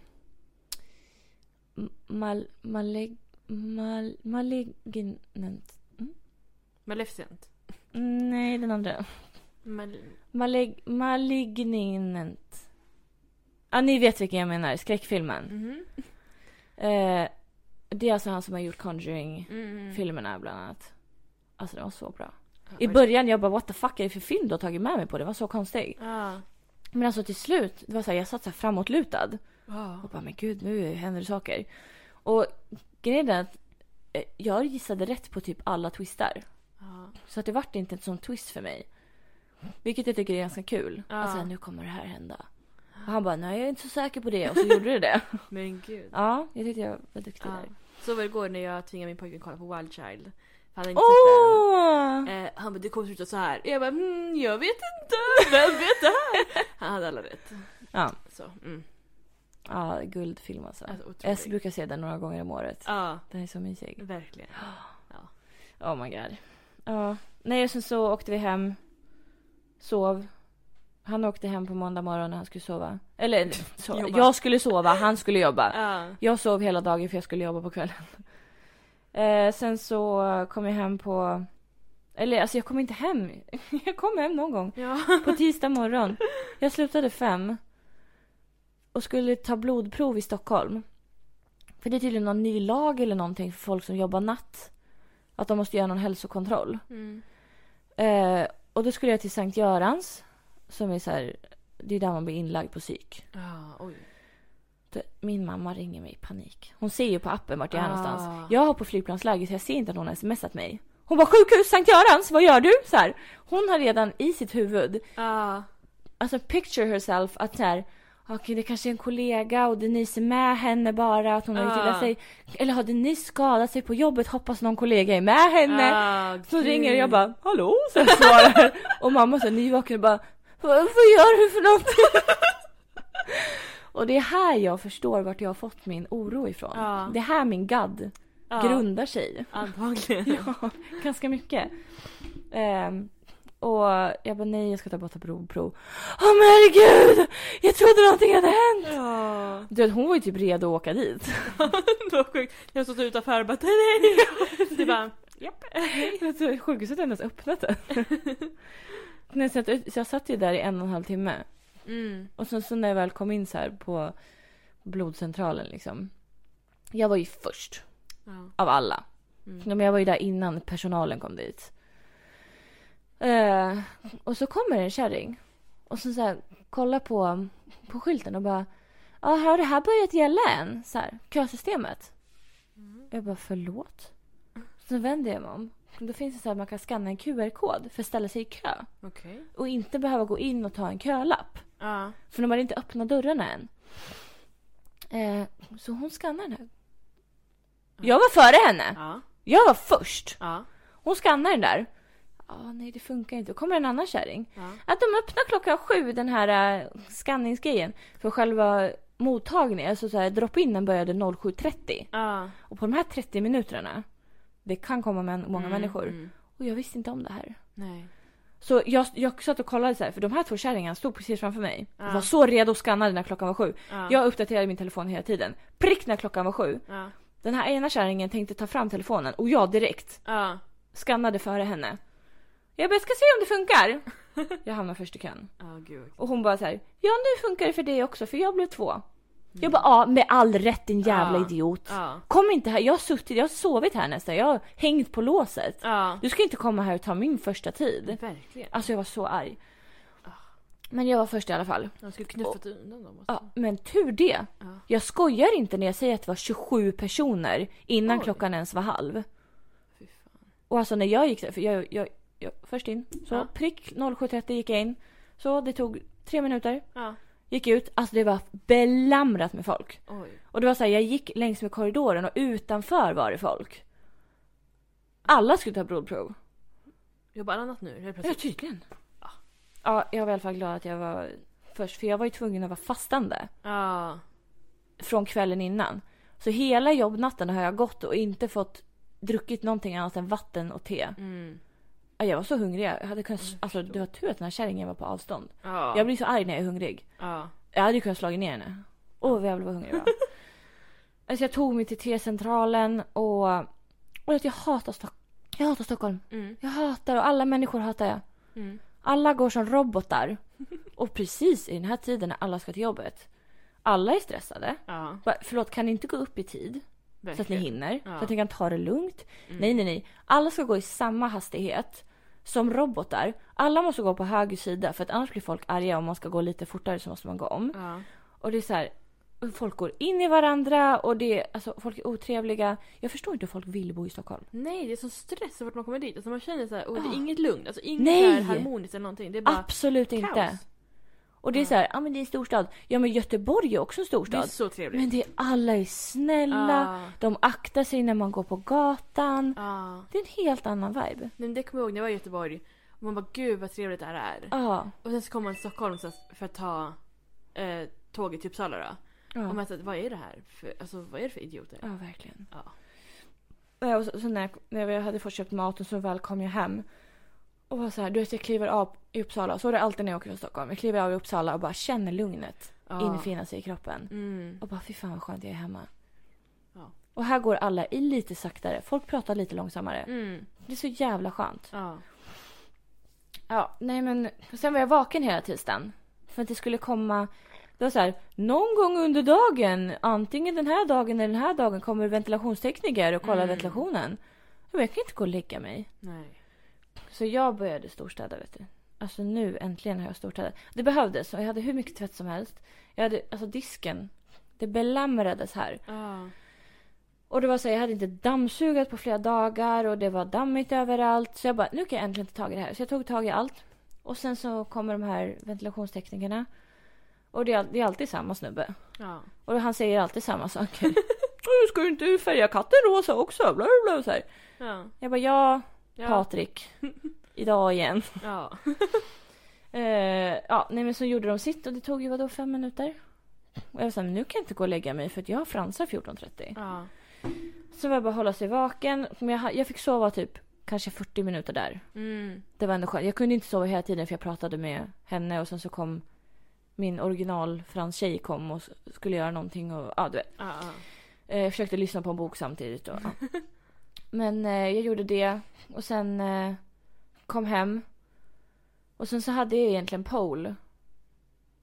A: M- mal, maleg, mal, malignant.
B: Maleficent.
A: Nej, den andra.
B: Mal
A: Malig, malignant. Ja, ni vet vilken jag menar. Skräckfilmen.
B: Mhm.
A: Eh, det är alltså han som har gjort Conjuring-filmerna
B: Mm.
A: bland annat. Alltså den var så bra.
B: Ja,
A: I
B: var-
A: början jag bara what the fuck är det för film du har tagit med mig på? Det var så konstig.
B: Ja.
A: Men alltså till slut, det var så här, jag satt så här framåtlutad.
B: Ja.
A: Och bara men gud nu händer det saker. Och grejen är att eh, jag gissade rätt på typ alla twistar.
B: Ja.
A: Så att det vart inte en sån twist för mig. Vilket jag tycker är ganska kul.
B: Ja.
A: Alltså nu kommer det här hända. Och han bara nej jag är inte så säker på det och så gjorde det det.
B: Men gud.
A: Ja, jag tyckte jag var duktig
B: Ja.
A: där.
B: Så var det igår när jag tvingade min pojkvän kolla på Wild Child. För han hade inte sett den.
A: Åh!
B: Eh, han bara, det kommer sluta så här. Jag bara, mm, jag vet inte. Vem vet det här? Han hade alla rätt.
A: Ja.
B: Så, mm.
A: ja, guldfilm alltså.
B: Alltså
A: Jag
B: otroligt.
A: brukar se den några gånger om året.
B: Ja,
A: Den är så mysig.
B: verkligen.
A: Oh my god. Ja. Nej, och sen så åkte vi hem. Sov. Han åkte hem på måndag morgon när han skulle sova. Eller sova.
B: Jobba.
A: jag skulle sova, han skulle jobba.
B: Ja.
A: Jag sov hela dagen för jag skulle jobba på kvällen. Eh, sen så kom jag hem på... Eller alltså jag kom inte hem. Jag kom hem någon gång.
B: Ja.
A: På tisdag morgon. Jag slutade fem. Och skulle ta blodprov i Stockholm. För det är tydligen någon ny lag eller någonting för folk som jobbar natt. Att de måste göra någon hälsokontroll.
B: Mm.
A: Eh, och då skulle jag till Sankt Görans. Som är så här, det är där man blir inlagd på psyk.
B: Ja, oj.
A: Då- Min mamma ringer mig i panik. Hon ser ju på appen vart jag är
B: Ah.
A: någonstans. Jag har på flygplansläge så jag ser inte att hon har smsat mig. Hon bara sjukhus Sankt Görans, vad gör du? Så här. Hon har redan i sitt huvud
B: Ja.
A: alltså picture herself att så här, okej det kanske är en kollega och Denise är med henne bara att hon har gjort illa
B: Ah.
A: sig. Eller har Denise skadat sig på jobbet hoppas någon kollega är med henne.
B: Ah,
A: Så
B: gud.
A: ringer jag bara hallå så jag svarar. och mamma så nyvaken och bara vad, vad gör du för något? och det är här jag förstår vart jag har fått min oro ifrån.
B: Ja.
A: Det är här min gadd
B: Ja,
A: grundar sig.
B: Antagligen.
A: Ja, ganska mycket. Ehm, och jag bara nej jag ska ta bort ett blodprov. Åh men herregud! Jag trodde någonting hade hänt!
B: Ja.
A: Du vet hon var ju typ redo att åka dit.
B: det var sjukt. Jag har stått utanför och bara nej. Det bara, japp.
A: Så Sjukhuset hade inte ens öppnat än. Nej, så, att- så jag satt ju där i en och en halv timme.
B: Mm.
A: Och sen så när jag väl kom in så här på blodcentralen liksom. Jag var ju först
B: Ja.
A: av alla.
B: Mm.
A: Nej, Men jag var ju där innan personalen kom dit. Eh, och så kommer en kärring. Och så, så här, kollar på, på skylten och bara. Ja, har det här börjat gälla än? Så här, kösystemet. Jag bara, förlåt? Så vänder jag mig om. Då finns det så här, man kan skanna en QR-kod för att ställa sig i kö.
B: Okej.
A: Och inte behöva gå in och ta en kölapp.
B: Ja.
A: För de hade inte öppnat dörrarna än. Eh, så hon skannar den här. Jag var före henne.
B: Ja.
A: Jag var först.
B: Ja.
A: Hon skannar den där. Ja, nej det funkar inte. Då kommer en annan kärring.
B: Ja.
A: Att de öppnar klockan sju den här eh, skanningsgrejen. För själva mottagningen, alltså så här, drop-inen började 07.30.
B: ja.
A: Och på de här 30 minuterna, det kan komma med många
B: Mm,
A: människor.
B: mm.
A: Och jag visste inte om det här.
B: Nej.
A: Så jag, jag satt och kollade så här, för de här två kärringarna stod precis framför mig.
B: Ja.
A: Och var så redo att skanna när klockan var sju.
B: Ja.
A: Jag uppdaterade min telefon hela tiden. Prick när klockan var sju.
B: Ja.
A: Den här ena kärringen tänkte ta fram telefonen och jag direkt
B: Ja.
A: skannade före henne. Jag bara, jag ska se om det funkar. Jag hamnar först i kön.
B: Ja, gud. vad kul.
A: Och hon bara så här, ja nu funkar det för dig också för jag blev två. Jag bara, ja med all rätt din jävla
B: Mm. Ja.
A: idiot.
B: Ja.
A: Kom inte här, jag har suttit, jag har sovit här nästan, jag har hängt på låset.
B: Ja.
A: Du ska inte komma här och ta min första tid.
B: Verkligen.
A: Alltså jag var så arg.
B: Ah.
A: Men jag var först i alla fall.
B: De skulle knuffat undan dem. alltså. också.
A: Ja, men tur det.
B: Ja.
A: Jag skojar inte när jag säger att det var 27 personer innan
B: Oj.
A: klockan ens var halv.
B: Fy fan.
A: Och alltså när jag gick så- för jag, jag, jag först in, så
B: Ja.
A: prick 07.30 gick jag in. Så det tog tre minuter,
B: Ja.
A: gick ut, alltså det var belamrat med folk.
B: Oj.
A: Och det var så här, jag gick längs med korridoren och utanför var det folk. Alla skulle ta blodprov.
B: Jobbar annat nu helt
A: Ja,
B: plötsligt?
A: tydligen. Ja, jag var i alla fall glad att jag var först, för jag var ju tvungen att vara fastande.
B: Ja.
A: från kvällen innan. Så hela jobbnatten har jag gått och inte fått druckit någonting annat än vatten och te.
B: Mm.
A: Ja, Jag var så hungrig. Jag hade kunnat, alltså, det var tur att den här kärringen var på avstånd.
B: Ja.
A: Jag blir så arg när jag är hungrig.
B: Ja.
A: Jag hade ju kunnat slagit ner henne. Åh vad jävlar vad hungrig jag var. alltså, jag tog mig till T-centralen och... och att jag, hatar Stock... jag hatar Stockholm.
B: Mm.
A: Jag hatar och alla människor hatar jag.
B: Mm.
A: Alla går som robotar. Och precis i den här tiden när alla ska till jobbet. Alla är stressade.
B: Ja.
A: Va, Förlåt, kan ni inte gå upp i tid? Så att ni
B: Verkligen.
A: hinner.
B: Ja. Mm.
A: Så att ni kan ta det lugnt. Nej, nej, nej. Alla ska gå i samma hastighet som robotar. Alla måste gå på höger sida för att annars blir folk arga. Om man ska gå lite fortare så måste man gå om.
B: Ja.
A: Och det är så här. Folk går in i varandra och det, alltså, folk är otrevliga. Jag förstår inte hur folk vill bo i Stockholm.
B: Nej, det är sån stress så fort man kommer dit. Alltså man känner såhär, oh, det är inget lugn. Alltså inget
A: Nej.
B: så här harmoniskt eller någonting. Det är bara
A: Absolut
B: kaos.
A: inte. Och det är så här, ja men det är en storstad. Ja men Göteborg är också en
B: Det är
A: storstad.
B: så trevligt.
A: Men det är alla är snälla.
B: Ja.
A: De aktar sig när man går på gatan.
B: Ja.
A: Det är en helt annan vibe.
B: Nej, men det kommer jag ihåg när jag var i Göteborg. Och man bara, gud vad trevligt det här är.
A: Ja.
B: Och sen så kommer man till Stockholm så att- för att ta eh, tåget till Uppsala då.
A: Ja,
B: Och man säger, vad är det här? För, alltså vad är det för idioter?
A: ja verkligen.
B: Ja.
A: Ja, Och så, så när, jag, när jag hade fått köpt maten så väl kom jag hem. Och var så här, du vet jag kliver av i Uppsala. Så är det alltid när jag åker till Stockholm. Jag kliver av i Uppsala och bara känner lugnet
B: Ja.
A: infinna sig i kroppen.
B: Mm.
A: Och bara fy fan vad skönt jag är hemma.
B: Ja.
A: Och här går alla i lite saktare. Folk pratar lite långsammare.
B: Mm.
A: Det är så jävla skönt.
B: Ja.
A: Ja, nej men sen var jag vaken hela tisdagen. För att det skulle komma, det var så här, någon gång under dagen, antingen den här dagen eller den här dagen kommer ventilationstekniker och kollar
B: Mm.
A: ventilationen. Men jag kan inte gå och lägga mig.
B: Nej.
A: Så jag började storstäda vet du. Alltså nu äntligen har jag storstädat. Det behövdes och jag hade hur mycket tvätt som helst. Jag hade, alltså disken, det belamrades här.
B: Ja.
A: Och det var så här, jag hade inte dammsugat på flera dagar och det var dammigt överallt. Så jag bara, nu kan jag äntligen ta tag i det här. Så jag tog tag i allt. Och sen så kommer de här ventilationsteknikerna. Och det är, all- det är alltid samma snubbe.
B: Ja.
A: Och han säger alltid samma saker. "Åh, Ska du inte färga katten rosa också? Bla, bla, bla, så här.
B: Ja.
A: Jag bara, ja,
B: Ja.
A: Patrik. Idag igen.
B: Ja.
A: Eh, ja, nej men så gjorde de sitt och det tog ju vadå, fem minuter? Och jag var så här, men nu kan jag inte gå och lägga mig för att jag har fransar 14.30.
B: Ja.
A: Så var jag bara att hålla sig vaken. Men jag, ha- jag fick sova typ kanske 40 minuter där.
B: Mm.
A: Det var ändå skönt. Jag kunde inte sova hela tiden för jag pratade med henne och sen så kom min original frans tjej kom och s- skulle göra någonting och ja du vet.
B: Ja. Ja.
A: Eh, Jag försökte lyssna på en bok samtidigt och ja. Men eh, jag gjorde det och sen eh, kom hem. Och sen så hade jag egentligen poll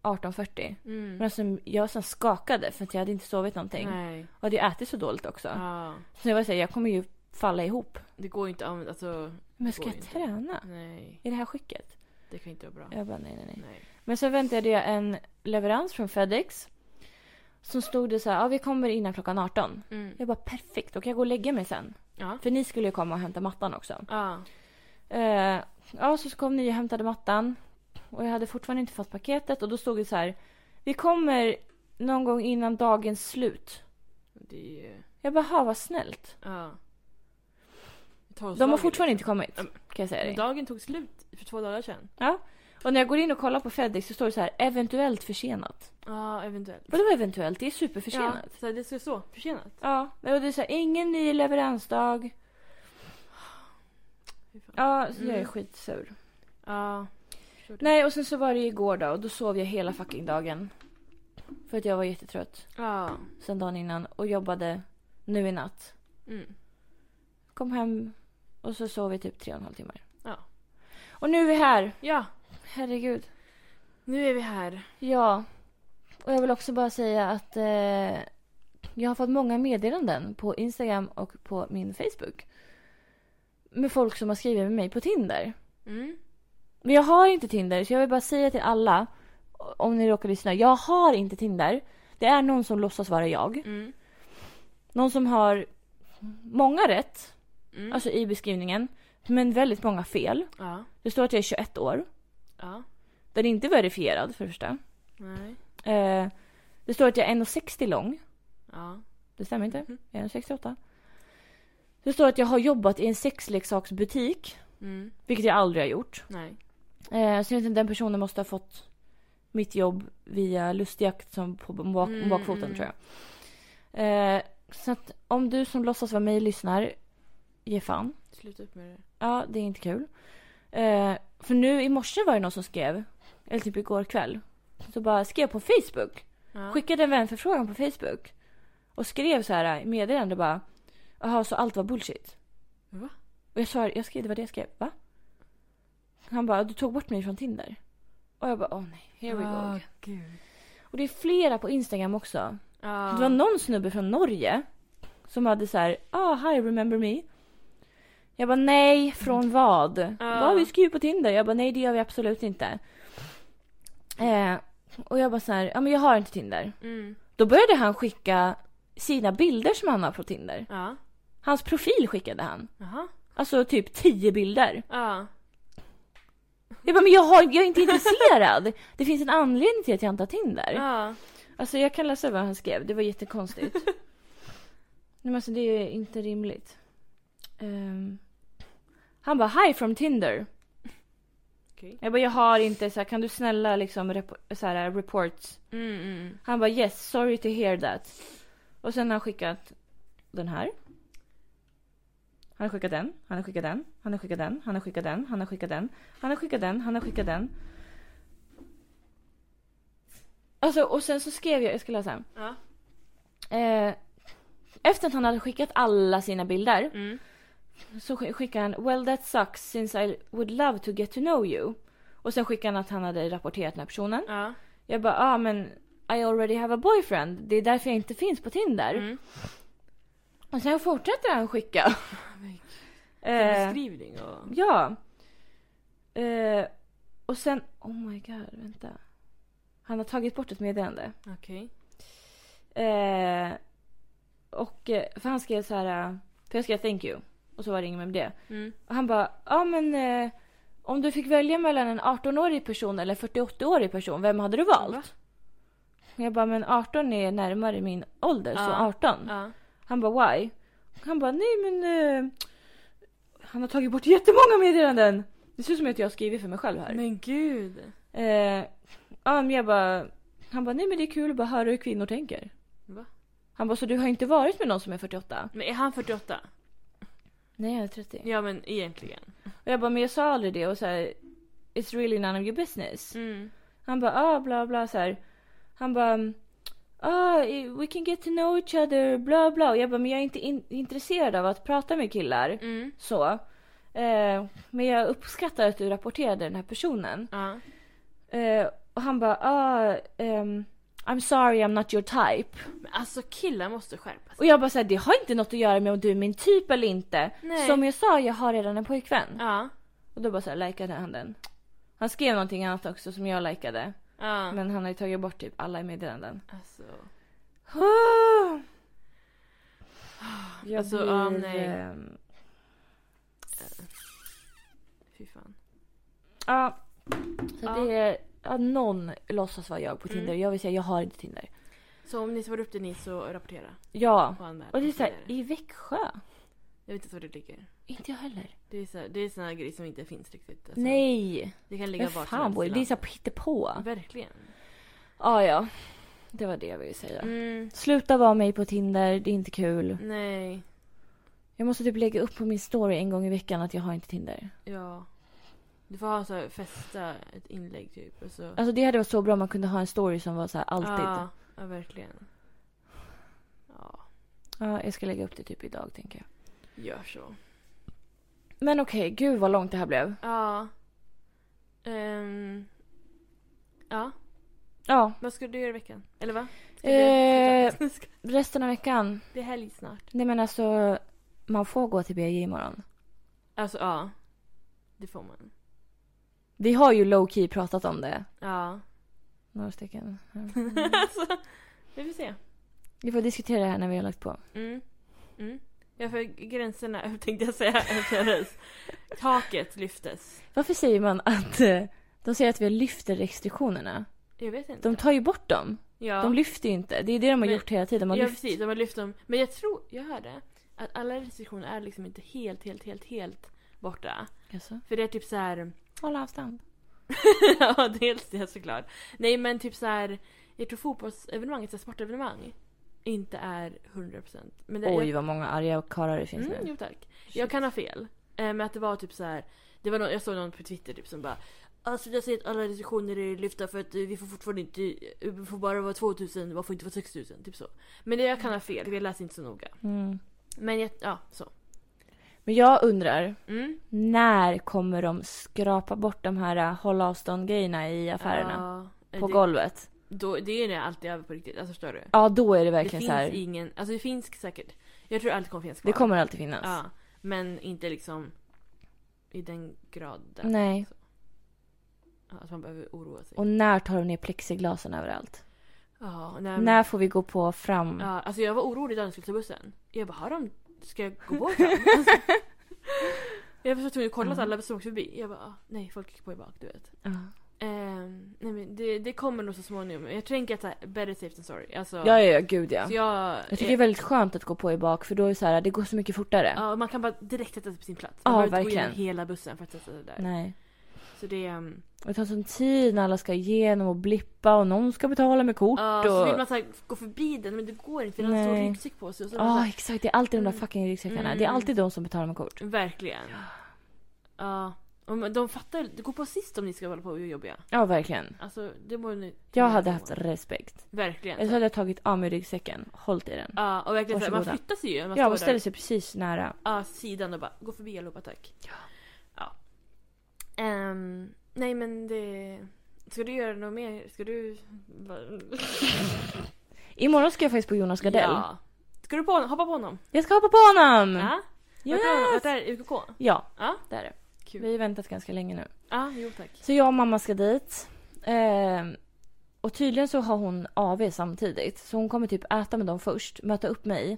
A: 18.40.
B: Mm.
A: Men alltså, jag sen skakade för att jag hade inte sovit någonting.
B: Nej.
A: Och hade ju ätit så dåligt också.
B: Ja.
A: Så jag var såhär, jag kommer ju falla ihop.
B: Det går ju inte att använda, alltså
A: Men
B: Det
A: ska
B: går
A: jag
B: ju inte.
A: träna
B: nej.
A: i det här skicket?
B: Det kan inte vara bra.
A: Jag bara nej, nej, nej.
B: Nej.
A: Men så väntade jag en leverans från FedEx. Som stod det så här, ja vi kommer innan klockan 18.
B: Mm.
A: Jag bara perfekt, då kan jag gå och lägga mig sen.
B: Ja.
A: För ni skulle ju komma och hämta mattan också.
B: Ja.
A: Eh, ja, så kom ni och hämtade mattan. Och jag hade fortfarande inte fått paketet och då stod det så här, vi kommer någon gång innan dagens slut.
B: Det är...
A: Jag bara, "Ha, vad snällt.
B: Ja. Det tar oss
A: De har
B: dagen,
A: fortfarande inte
B: liksom.
A: kommit,
B: Mm.
A: kan jag säga dig.
B: Dagen tog slut för två dagar sedan.
A: Och när jag går in och kollar på FedEx så står det så här, eventuellt försenat.
B: Ja, eventuellt.
A: Vadå eventuellt? Det är
B: Försenat.
A: superförsenat.
B: Ja, så det ska stå försenat.
A: Ja, och det är så här, ingen ny leveransdag.
B: Fy fan.
A: Ja, så jag är
B: Mm.
A: skitsur.
B: Ja. förstår det.
A: Nej, och sen så var det ju igår då och då sov jag hela fucking dagen. För att jag var jättetrött
B: Ja.
A: sen dagen innan och jobbade nu i natt.
B: Mm.
A: Kom hem och så sov vi typ tre och en halv timmar.
B: Ja.
A: Och nu är vi här.
B: Ja,
A: Herregud.
B: nu är vi här.
A: Ja. Och jag vill också bara säga att eh, jag har fått många meddelanden på Instagram och på min Facebook. Med folk som har skrivit med mig på Tinder.
B: Mm.
A: Men jag har inte Tinder, så jag vill bara säga till alla om ni råkar lyssna. Jag har inte Tinder. Det är någon som låtsas vara jag.
B: Mm.
A: Någon som har många rätt,
B: Mm.
A: alltså i beskrivningen, men väldigt många fel.
B: Ja.
A: Det står att jag är 21 år.
B: Ja.
A: Den är inte verifierad för det första.
B: Nej.
A: Eh, det står att jag är 1,60 lång.
B: Ja.
A: Det stämmer inte.
B: Mhm.
A: Jag är 1,68. Det står att jag har jobbat i en sexleksaksbutik,
B: Mm.
A: vilket jag aldrig har gjort.
B: Nej.
A: Eh, så egentligen den personen måste ha fått mitt jobb via lustjakt som på bak,
B: Mm,
A: bakfoten
B: mm.
A: tror jag. Eh, så att om du som låtsas vara mig lyssnar, ge fan.
B: Sluta upp med det.
A: Ja, det är inte kul. Eh, för nu i morse var det någon som skrev, eller typ igår kväll, så bara skrev på Facebook.
B: Ja.
A: Skickade en vänförfrågan på Facebook. Och skrev så här i meddelande bara, jaha så allt var bullshit.
B: Va?
A: Och jag svarade, jag skrev, det var det jag skrev. Va? Han bara, du tog bort mig från Tinder. Och jag bara, åh nej, here we go.
B: Ah, gud.
A: Och det är flera på Instagram också.
B: Ja.
A: Det var någon snubbe från Norge som hade så här, ah hi remember me. Jag bara nej, från vad? Vad vi skriver på Tinder? Jag bara nej det gör vi absolut inte. Eh, och jag bara så här, ja men jag har inte Tinder.
B: Mm.
A: Då började han skicka sina bilder som han har på Tinder.
B: Ja.
A: Hans profil skickade han.
B: Jaha.
A: Alltså typ tio bilder.
B: Ja.
A: Jag bara, men jag, har, jag är inte intresserad. Det finns en anledning till att jag inte har Tinder.
B: Ja.
A: Alltså jag kan läsa vad han skrev, det var jättekonstigt. Nej, men alltså det är inte rimligt. Ehm, han bara, hi from Tinder.
B: Okej.
A: Jag bara, jag har inte, så här, kan du snälla liksom rep- så här, reports?
B: Mm, mm.
A: Han bara, yes, sorry to hear that. Och sen har han skickat den här. Han har skickat den, han har skickat den, han har skickat den, han har skickat den, han har skickat den, han har skickat den, han har skickat den. Alltså och sen så skrev jag, jag ska läsa.
B: Ja.
A: Eh, efter att han hade skickat alla sina bilder
B: Mm.
A: så sk- skickade han “Well that sucks since I would love to get to know you” och sen skickade han att han hade rapporterat den här personen.
B: Ja.
A: Jag bara “Ah men I already have a boyfriend, det är därför jag inte finns på Tinder”.
B: Mm.
A: Och sen fortsätter han skicka.
B: men
A: eh,
B: Beskrivning och...
A: ja. Eh, och sen, oh my god, vänta. Han har tagit bort ett meddelande.
B: Okej.
A: Eh, och eh, för han skrev så här, eh, för jag skrev thank you. Och så var det inget med det.
B: Mm.
A: Och han bara, ja men eh, om du fick välja mellan en 18-årig person eller en 48-årig person, vem hade du valt?
B: Va?
A: Jag bara, men 18 är närmare min ålder, så
B: Ja.
A: 18.
B: Ja.
A: Han bara, why? Han bara, nej men eh, han har tagit bort jättemånga meddelanden. Det ser ut som att jag har skrivit för mig själv här.
B: Men gud.
A: Eh, ja men jag bara, han bara, nej men det är kul att bara höra hur kvinnor tänker.
B: Va?
A: Han bara, så du har inte varit med någon som är 48?
B: Men är han 48?
A: Nej jag är 30.
B: Ja men egentligen.
A: Och jag bara, men jag sa aldrig det och så här, it's really none of your business.
B: Mm.
A: Han bara, ah bla bla så här. Han bara, mm, ah we can get to know each other bla bla. Och jag bara, men jag är inte in- intresserad av att prata med killar.
B: Mm.
A: Så. Eh, men jag uppskattar att du rapporterade den här personen.
B: Ja.
A: Eh, och han bara, ah, ehm, I'm sorry I'm not your type.
B: Men alltså killar måste skärpa sig.
A: Och jag bara såhär, det har inte något att göra med om du är min typ eller inte.
B: Nej.
A: Som jag sa, jag har redan en pojkvän.
B: Ja.
A: Och då bara såhär likade han den. Han skrev någonting annat också som jag likade.
B: Ja.
A: Men han har ju tagit bort typ alla i meddelanden.
B: Alltså.
A: Ah! Jag
B: Alltså, ja,
A: blir,
B: nej.
A: ehm,
B: Fy fan.
A: Ja. Så
B: Ja.
A: det är, ja, någon låtsas vara jag på Tinder.
B: Mm.
A: Jag vill säga, jag har inte Tinder.
B: Så om ni svarar upp det ni så rapportera.
A: Ja.
B: Och anmäla.
A: Och det är
B: och så
A: såhär,
B: vidare.
A: i Växjö?
B: Jag vet inte var det ligger.
A: Inte jag heller.
B: Det är, så här, det är såna här grejer som inte finns riktigt. Alltså,
A: Nej!
B: Det kan ligga
A: Vem
B: vart
A: fan bor
B: i
A: Det är
B: landet.
A: såhär pittepå.
B: Verkligen.
A: Ah, ja, det var det jag ville säga.
B: Mm.
A: Sluta vara mig på Tinder, det är inte kul.
B: Nej.
A: Jag måste typ lägga upp på min story en gång i veckan att jag har inte Tinder.
B: Ja. Du får ha så här, fästa ett inlägg typ. Och så.
A: Alltså det hade varit så bra om man kunde ha en story som var så här alltid.
B: Ja, ja verkligen. Ja,
A: Ja, jag ska lägga upp det typ idag tänker jag.
B: gör så.
A: Men okej, gud vad långt det här blev.
B: Ja. Ehm. ja,
A: Ja,
B: vad ska du göra i veckan? Eller va? Ska
A: Eh.
B: du...
A: resten av veckan.
B: Det är helg snart.
A: Nej men alltså, man får gå till BJ imorgon.
B: Alltså ja. Det får man.
A: Vi har ju low key pratat om det.
B: Ja.
A: Några stycken. här.
B: alltså, vi får se.
A: Vi får diskutera det här när vi har lagt på.
B: Mm. Mm. Ja, för gränserna tänkte jag säga öppnades. Taket lyftes.
A: Varför säger man att eh, de säger att vi lyfter restriktionerna?
B: Jag vet inte.
A: De tar ju bort dem.
B: ja.
A: De lyfter ju inte. Det är det de har
B: Men-
A: gjort hela tiden. De har
B: ja,
A: lyft.
B: precis. De har lyft dem. Men jag tror, jag hörde att alla restriktioner är liksom inte helt, helt, helt, helt borta.
A: Jaså?
B: För det är typ så här...
A: Håll avstånd.
B: ja, dels det såklart. Nej, men typ så här... Jag tror fotbollsevenemang, så här sportevenemang, inte är 100%. Men det,
A: Oj vad många arga karlar det
B: jag,
A: finns
B: mm,
A: nu.
B: jo tack. Jag kan ha fel. Eh, Men att det var typ så här... Det var någon, jag såg någon på Twitter typ som bara Alltså jag säger att alla restriktioner är lyfta för att eh, vi får fortfarande inte, eh, vi får bara vara 2000, man får inte vara 6000, typ så. Men det jag kan ha fel, för jag läser inte så noga.
A: Mm.
B: Men jag, ja, så.
A: Men jag undrar,
B: Mm.
A: när kommer de skrapa bort de här eh, håll avstånd grejerna i affärerna?
B: Ja, eh,
A: på
B: det,
A: golvet?
B: Då, det är ju när jag alltid över på riktigt, alltså förstår du?
A: Ja då är det
B: det
A: verkligen
B: finns
A: så här.
B: ingen, alltså det finns säkert. Jag tror allt kommer finnas kvar.
A: Det kommer alltid finnas.
B: Ja, men inte liksom i den graden. Alltså.
A: Nej.
B: Ja, att man behöver oroa sig.
A: Och när tar de ner plexiglasen överallt?
B: Ja, nej, men-
A: När får vi gå på fram?
B: Ehm. ja, alltså jag var orolig när jag skulle ta bussen. Jag bara, har de, ska jag gå bort alltså, Jag var så tvungen att kolla så
A: Mm.
B: alla som åkte förbi. Jag bara, ah, nej folk gick på i bak du vet.
A: Ja.
B: Ehm, nej, men det, det kommer nog så småningom. Jag tänker att så här, better safe than sorry. Alltså,
A: Ja, ja, ja, gud ja.
B: Så jag,
A: Jag tycker det är väldigt skönt att gå på i bak för då är det så här, det går så mycket fortare.
B: Ja, man kan bara direkt sätta sig på sin plats.
A: Ja,
B: Man behöver inte gå
A: verkligen.
B: igenom hela bussen för att sätta sig där.
A: Nej.
B: Så det... ehm,
A: Och det tar sån tid när alla ska igenom och blippa och någon ska betala med kort
B: Ja, så vill
A: och...
B: man så här, gå förbi den men det går inte för den har en
A: Nej. Ah,
B: stor ryggsäck på sig. Och så
A: Ja, exakt. Det är alltid de där
B: Mm.
A: fucking ryggsäckarna.
B: Mm.
A: Det är alltid de som betalar med kort.
B: Verkligen. Ja. och men de fattar det går på sist om ni ska hålla på och vara jobbiga.
A: Ja, verkligen.
B: Alltså det borde ni...
A: Jag hade haft respekt. Eller
B: Verkligen.
A: så hade jag tagit av mig ryggsäcken, hållit i den.
B: Ja, och verkligen så här, man
A: Varsågoda.
B: flyttar sig ju. när Man
A: Ja,
B: står
A: och ställer
B: där
A: sig precis nära.
B: ja, sidan och bara gå förbi allihopa tack.
A: Ja.
B: Ja. Ehm, nej men det... Ska du göra något mer? Ska du...
A: Imorgon ska jag faktiskt på Jonas Gardell.
B: Ja. Ska du på, hoppa på honom?
A: Jag ska hoppa på honom!
B: Ja.
A: Mm. Yes!
B: Vart är, vart är UKK?
A: Ja,
B: Ja.
A: det är det.
B: Kul.
A: Vi har väntat ganska länge nu.
B: Ja, jo tack.
A: Så jag och mamma ska dit. Ehm, och tydligen så har hon AV samtidigt. Så hon kommer typ äta med dem först, möta upp mig.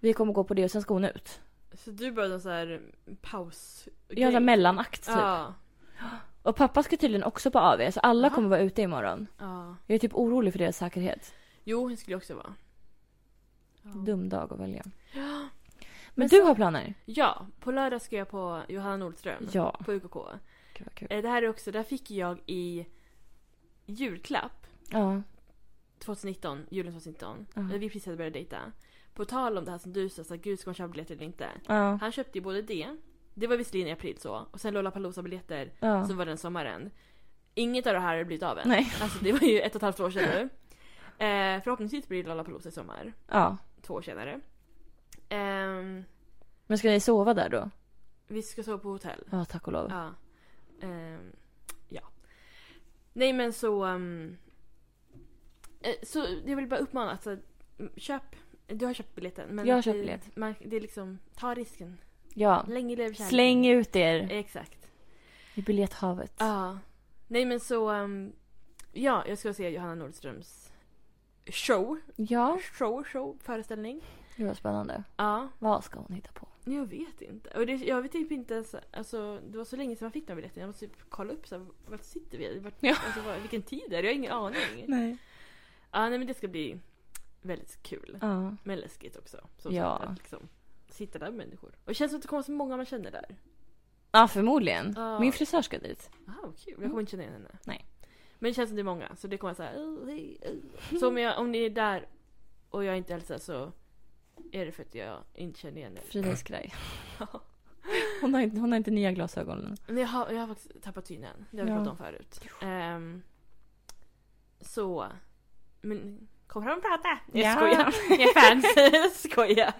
A: Vi kommer gå på det och sen ska hon ut.
B: Så du började så här paus...
A: Jag har en mellanakt typ.
B: Ja.
A: Och pappa ska tydligen också på AV. Så alla
B: Aha.
A: kommer vara ute imorgon.
B: ja.
A: Jag är typ orolig för deras säkerhet.
B: Jo, det skulle jag också vara. Ja.
A: Dum dag att välja.
B: Ja.
A: Men
B: Men
A: du
B: så-
A: har planer?
B: Ja, på lördag ska jag på Johanna Nordström
A: Ja.
B: på UKK.
A: Gud vad kul.
B: Eh, Det här är också, där fick jag i julklapp
A: Ja.
B: 2019, julen 2019,
A: Ja.
B: när vi precis hade börjat dejta. På tal om det här som du sa, så här, gud ska man köpa biljetter eller inte?
A: Ja.
B: Han köpte ju både det, det var visserligen i april så, och sen Lollapalooza-biljetter
A: Ja.
B: som var den sommaren. Inget av det här har blivit av än.
A: Nej.
B: Alltså det var ju ett och ett halvt år sedan nu. Eh, förhoppningsvis blir det Lollapalooza i sommar,
A: ja.
B: två år senare. Ehm,
A: Men ska ni sova där då?
B: vi ska sova på hotell.
A: Ja, tack och lov.
B: Ja. Ehm, ja. Nej men så... ehm, eh, så jag vill bara uppmana att så här, mm, köp. Du har köpt biljetten. Men
A: Jag har
B: att
A: köpt
B: det-
A: biljett.
B: Man, det är liksom, ta risken.
A: Ja.
B: Länge lever kärleken.
A: Släng ut er
B: Exakt.
A: i biljetthavet.
B: Ja. Nej men så... ehm, ja, jag ska se Johanna Nordströms show.
A: Ja.
B: Show, show, föreställning.
A: Det var spännande.
B: Ja.
A: Vad ska hon hitta på?
B: Jag vet inte. Och det, jag vet typ inte ens, alltså det var så länge sedan man fick den här biljetten. Jag måste typ kolla upp så här, vart sitter vi? Vart,
A: Ja.
B: alltså, var, vilken tid är det? Jag har ingen aning.
A: Nej.
B: Ja, nej men det ska bli väldigt kul.
A: Ja.
B: Men läskigt också. Som
A: Ja.
B: sagt, att liksom sitta där med människor. Och det känns som att det kommer så många man känner där.
A: Ja, förmodligen.
B: Ja.
A: Min frisör ska dit.
B: Ah, vad kul. Jag kommer inte känna igen henne.
A: Nej.
B: Men det känns som det är många, så det kommer så här. "Oh, hej, oh." Så om, jag, om ni är där och jag inte hälsar så är det för att jag inte känner igen er.
A: Frida är skraj. Hon har, inte, hon har inte nya glasögon än.
B: Men jag har, jag har faktiskt tappat synen. Det har vi
A: Ja.
B: pratat om förut. Ehm, så... Men kom fram och prata! Jag
A: Ja.
B: skojar. Jag är fans. jag skojar.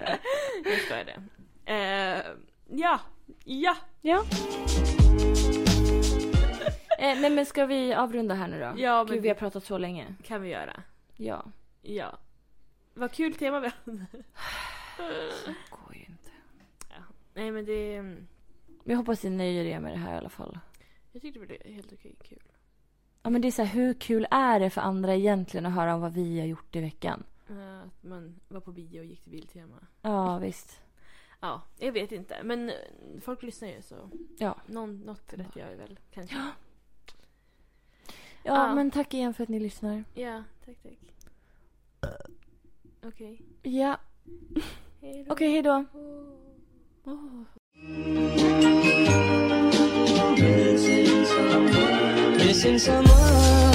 B: Jag skojar det. Ehm, ja. Ja.
A: Ja. Eh, nej men ska vi avrunda här nu då?
B: Ja, men
A: Gud, vi har pratat så länge.
B: kan vi göra.
A: Ja.
B: Ja. Vad kul tema vi
A: Går ju inte.
B: Nej men det...
A: Jag hoppas ni nöjer er med det här i alla fall.
B: Jag tyckte det blev helt okej kul.
A: Ja men det är så här, hur kul är det för andra egentligen att höra om vad vi har gjort i veckan?
B: Eh, Att man var på bio och gick till Biltema.
A: Ja visst.
B: Ja, jag vet inte. Men eh, folk lyssnar ju så.
A: Ja.
B: Någon, något rätt gör jag väl kanske. Ja,
A: Ja
B: Ja.
A: men tack igen för att ni lyssnar.
B: tack tack. Okej.
A: Ja.
B: Hej då.
A: Okej hejdå.
C: Missing someone.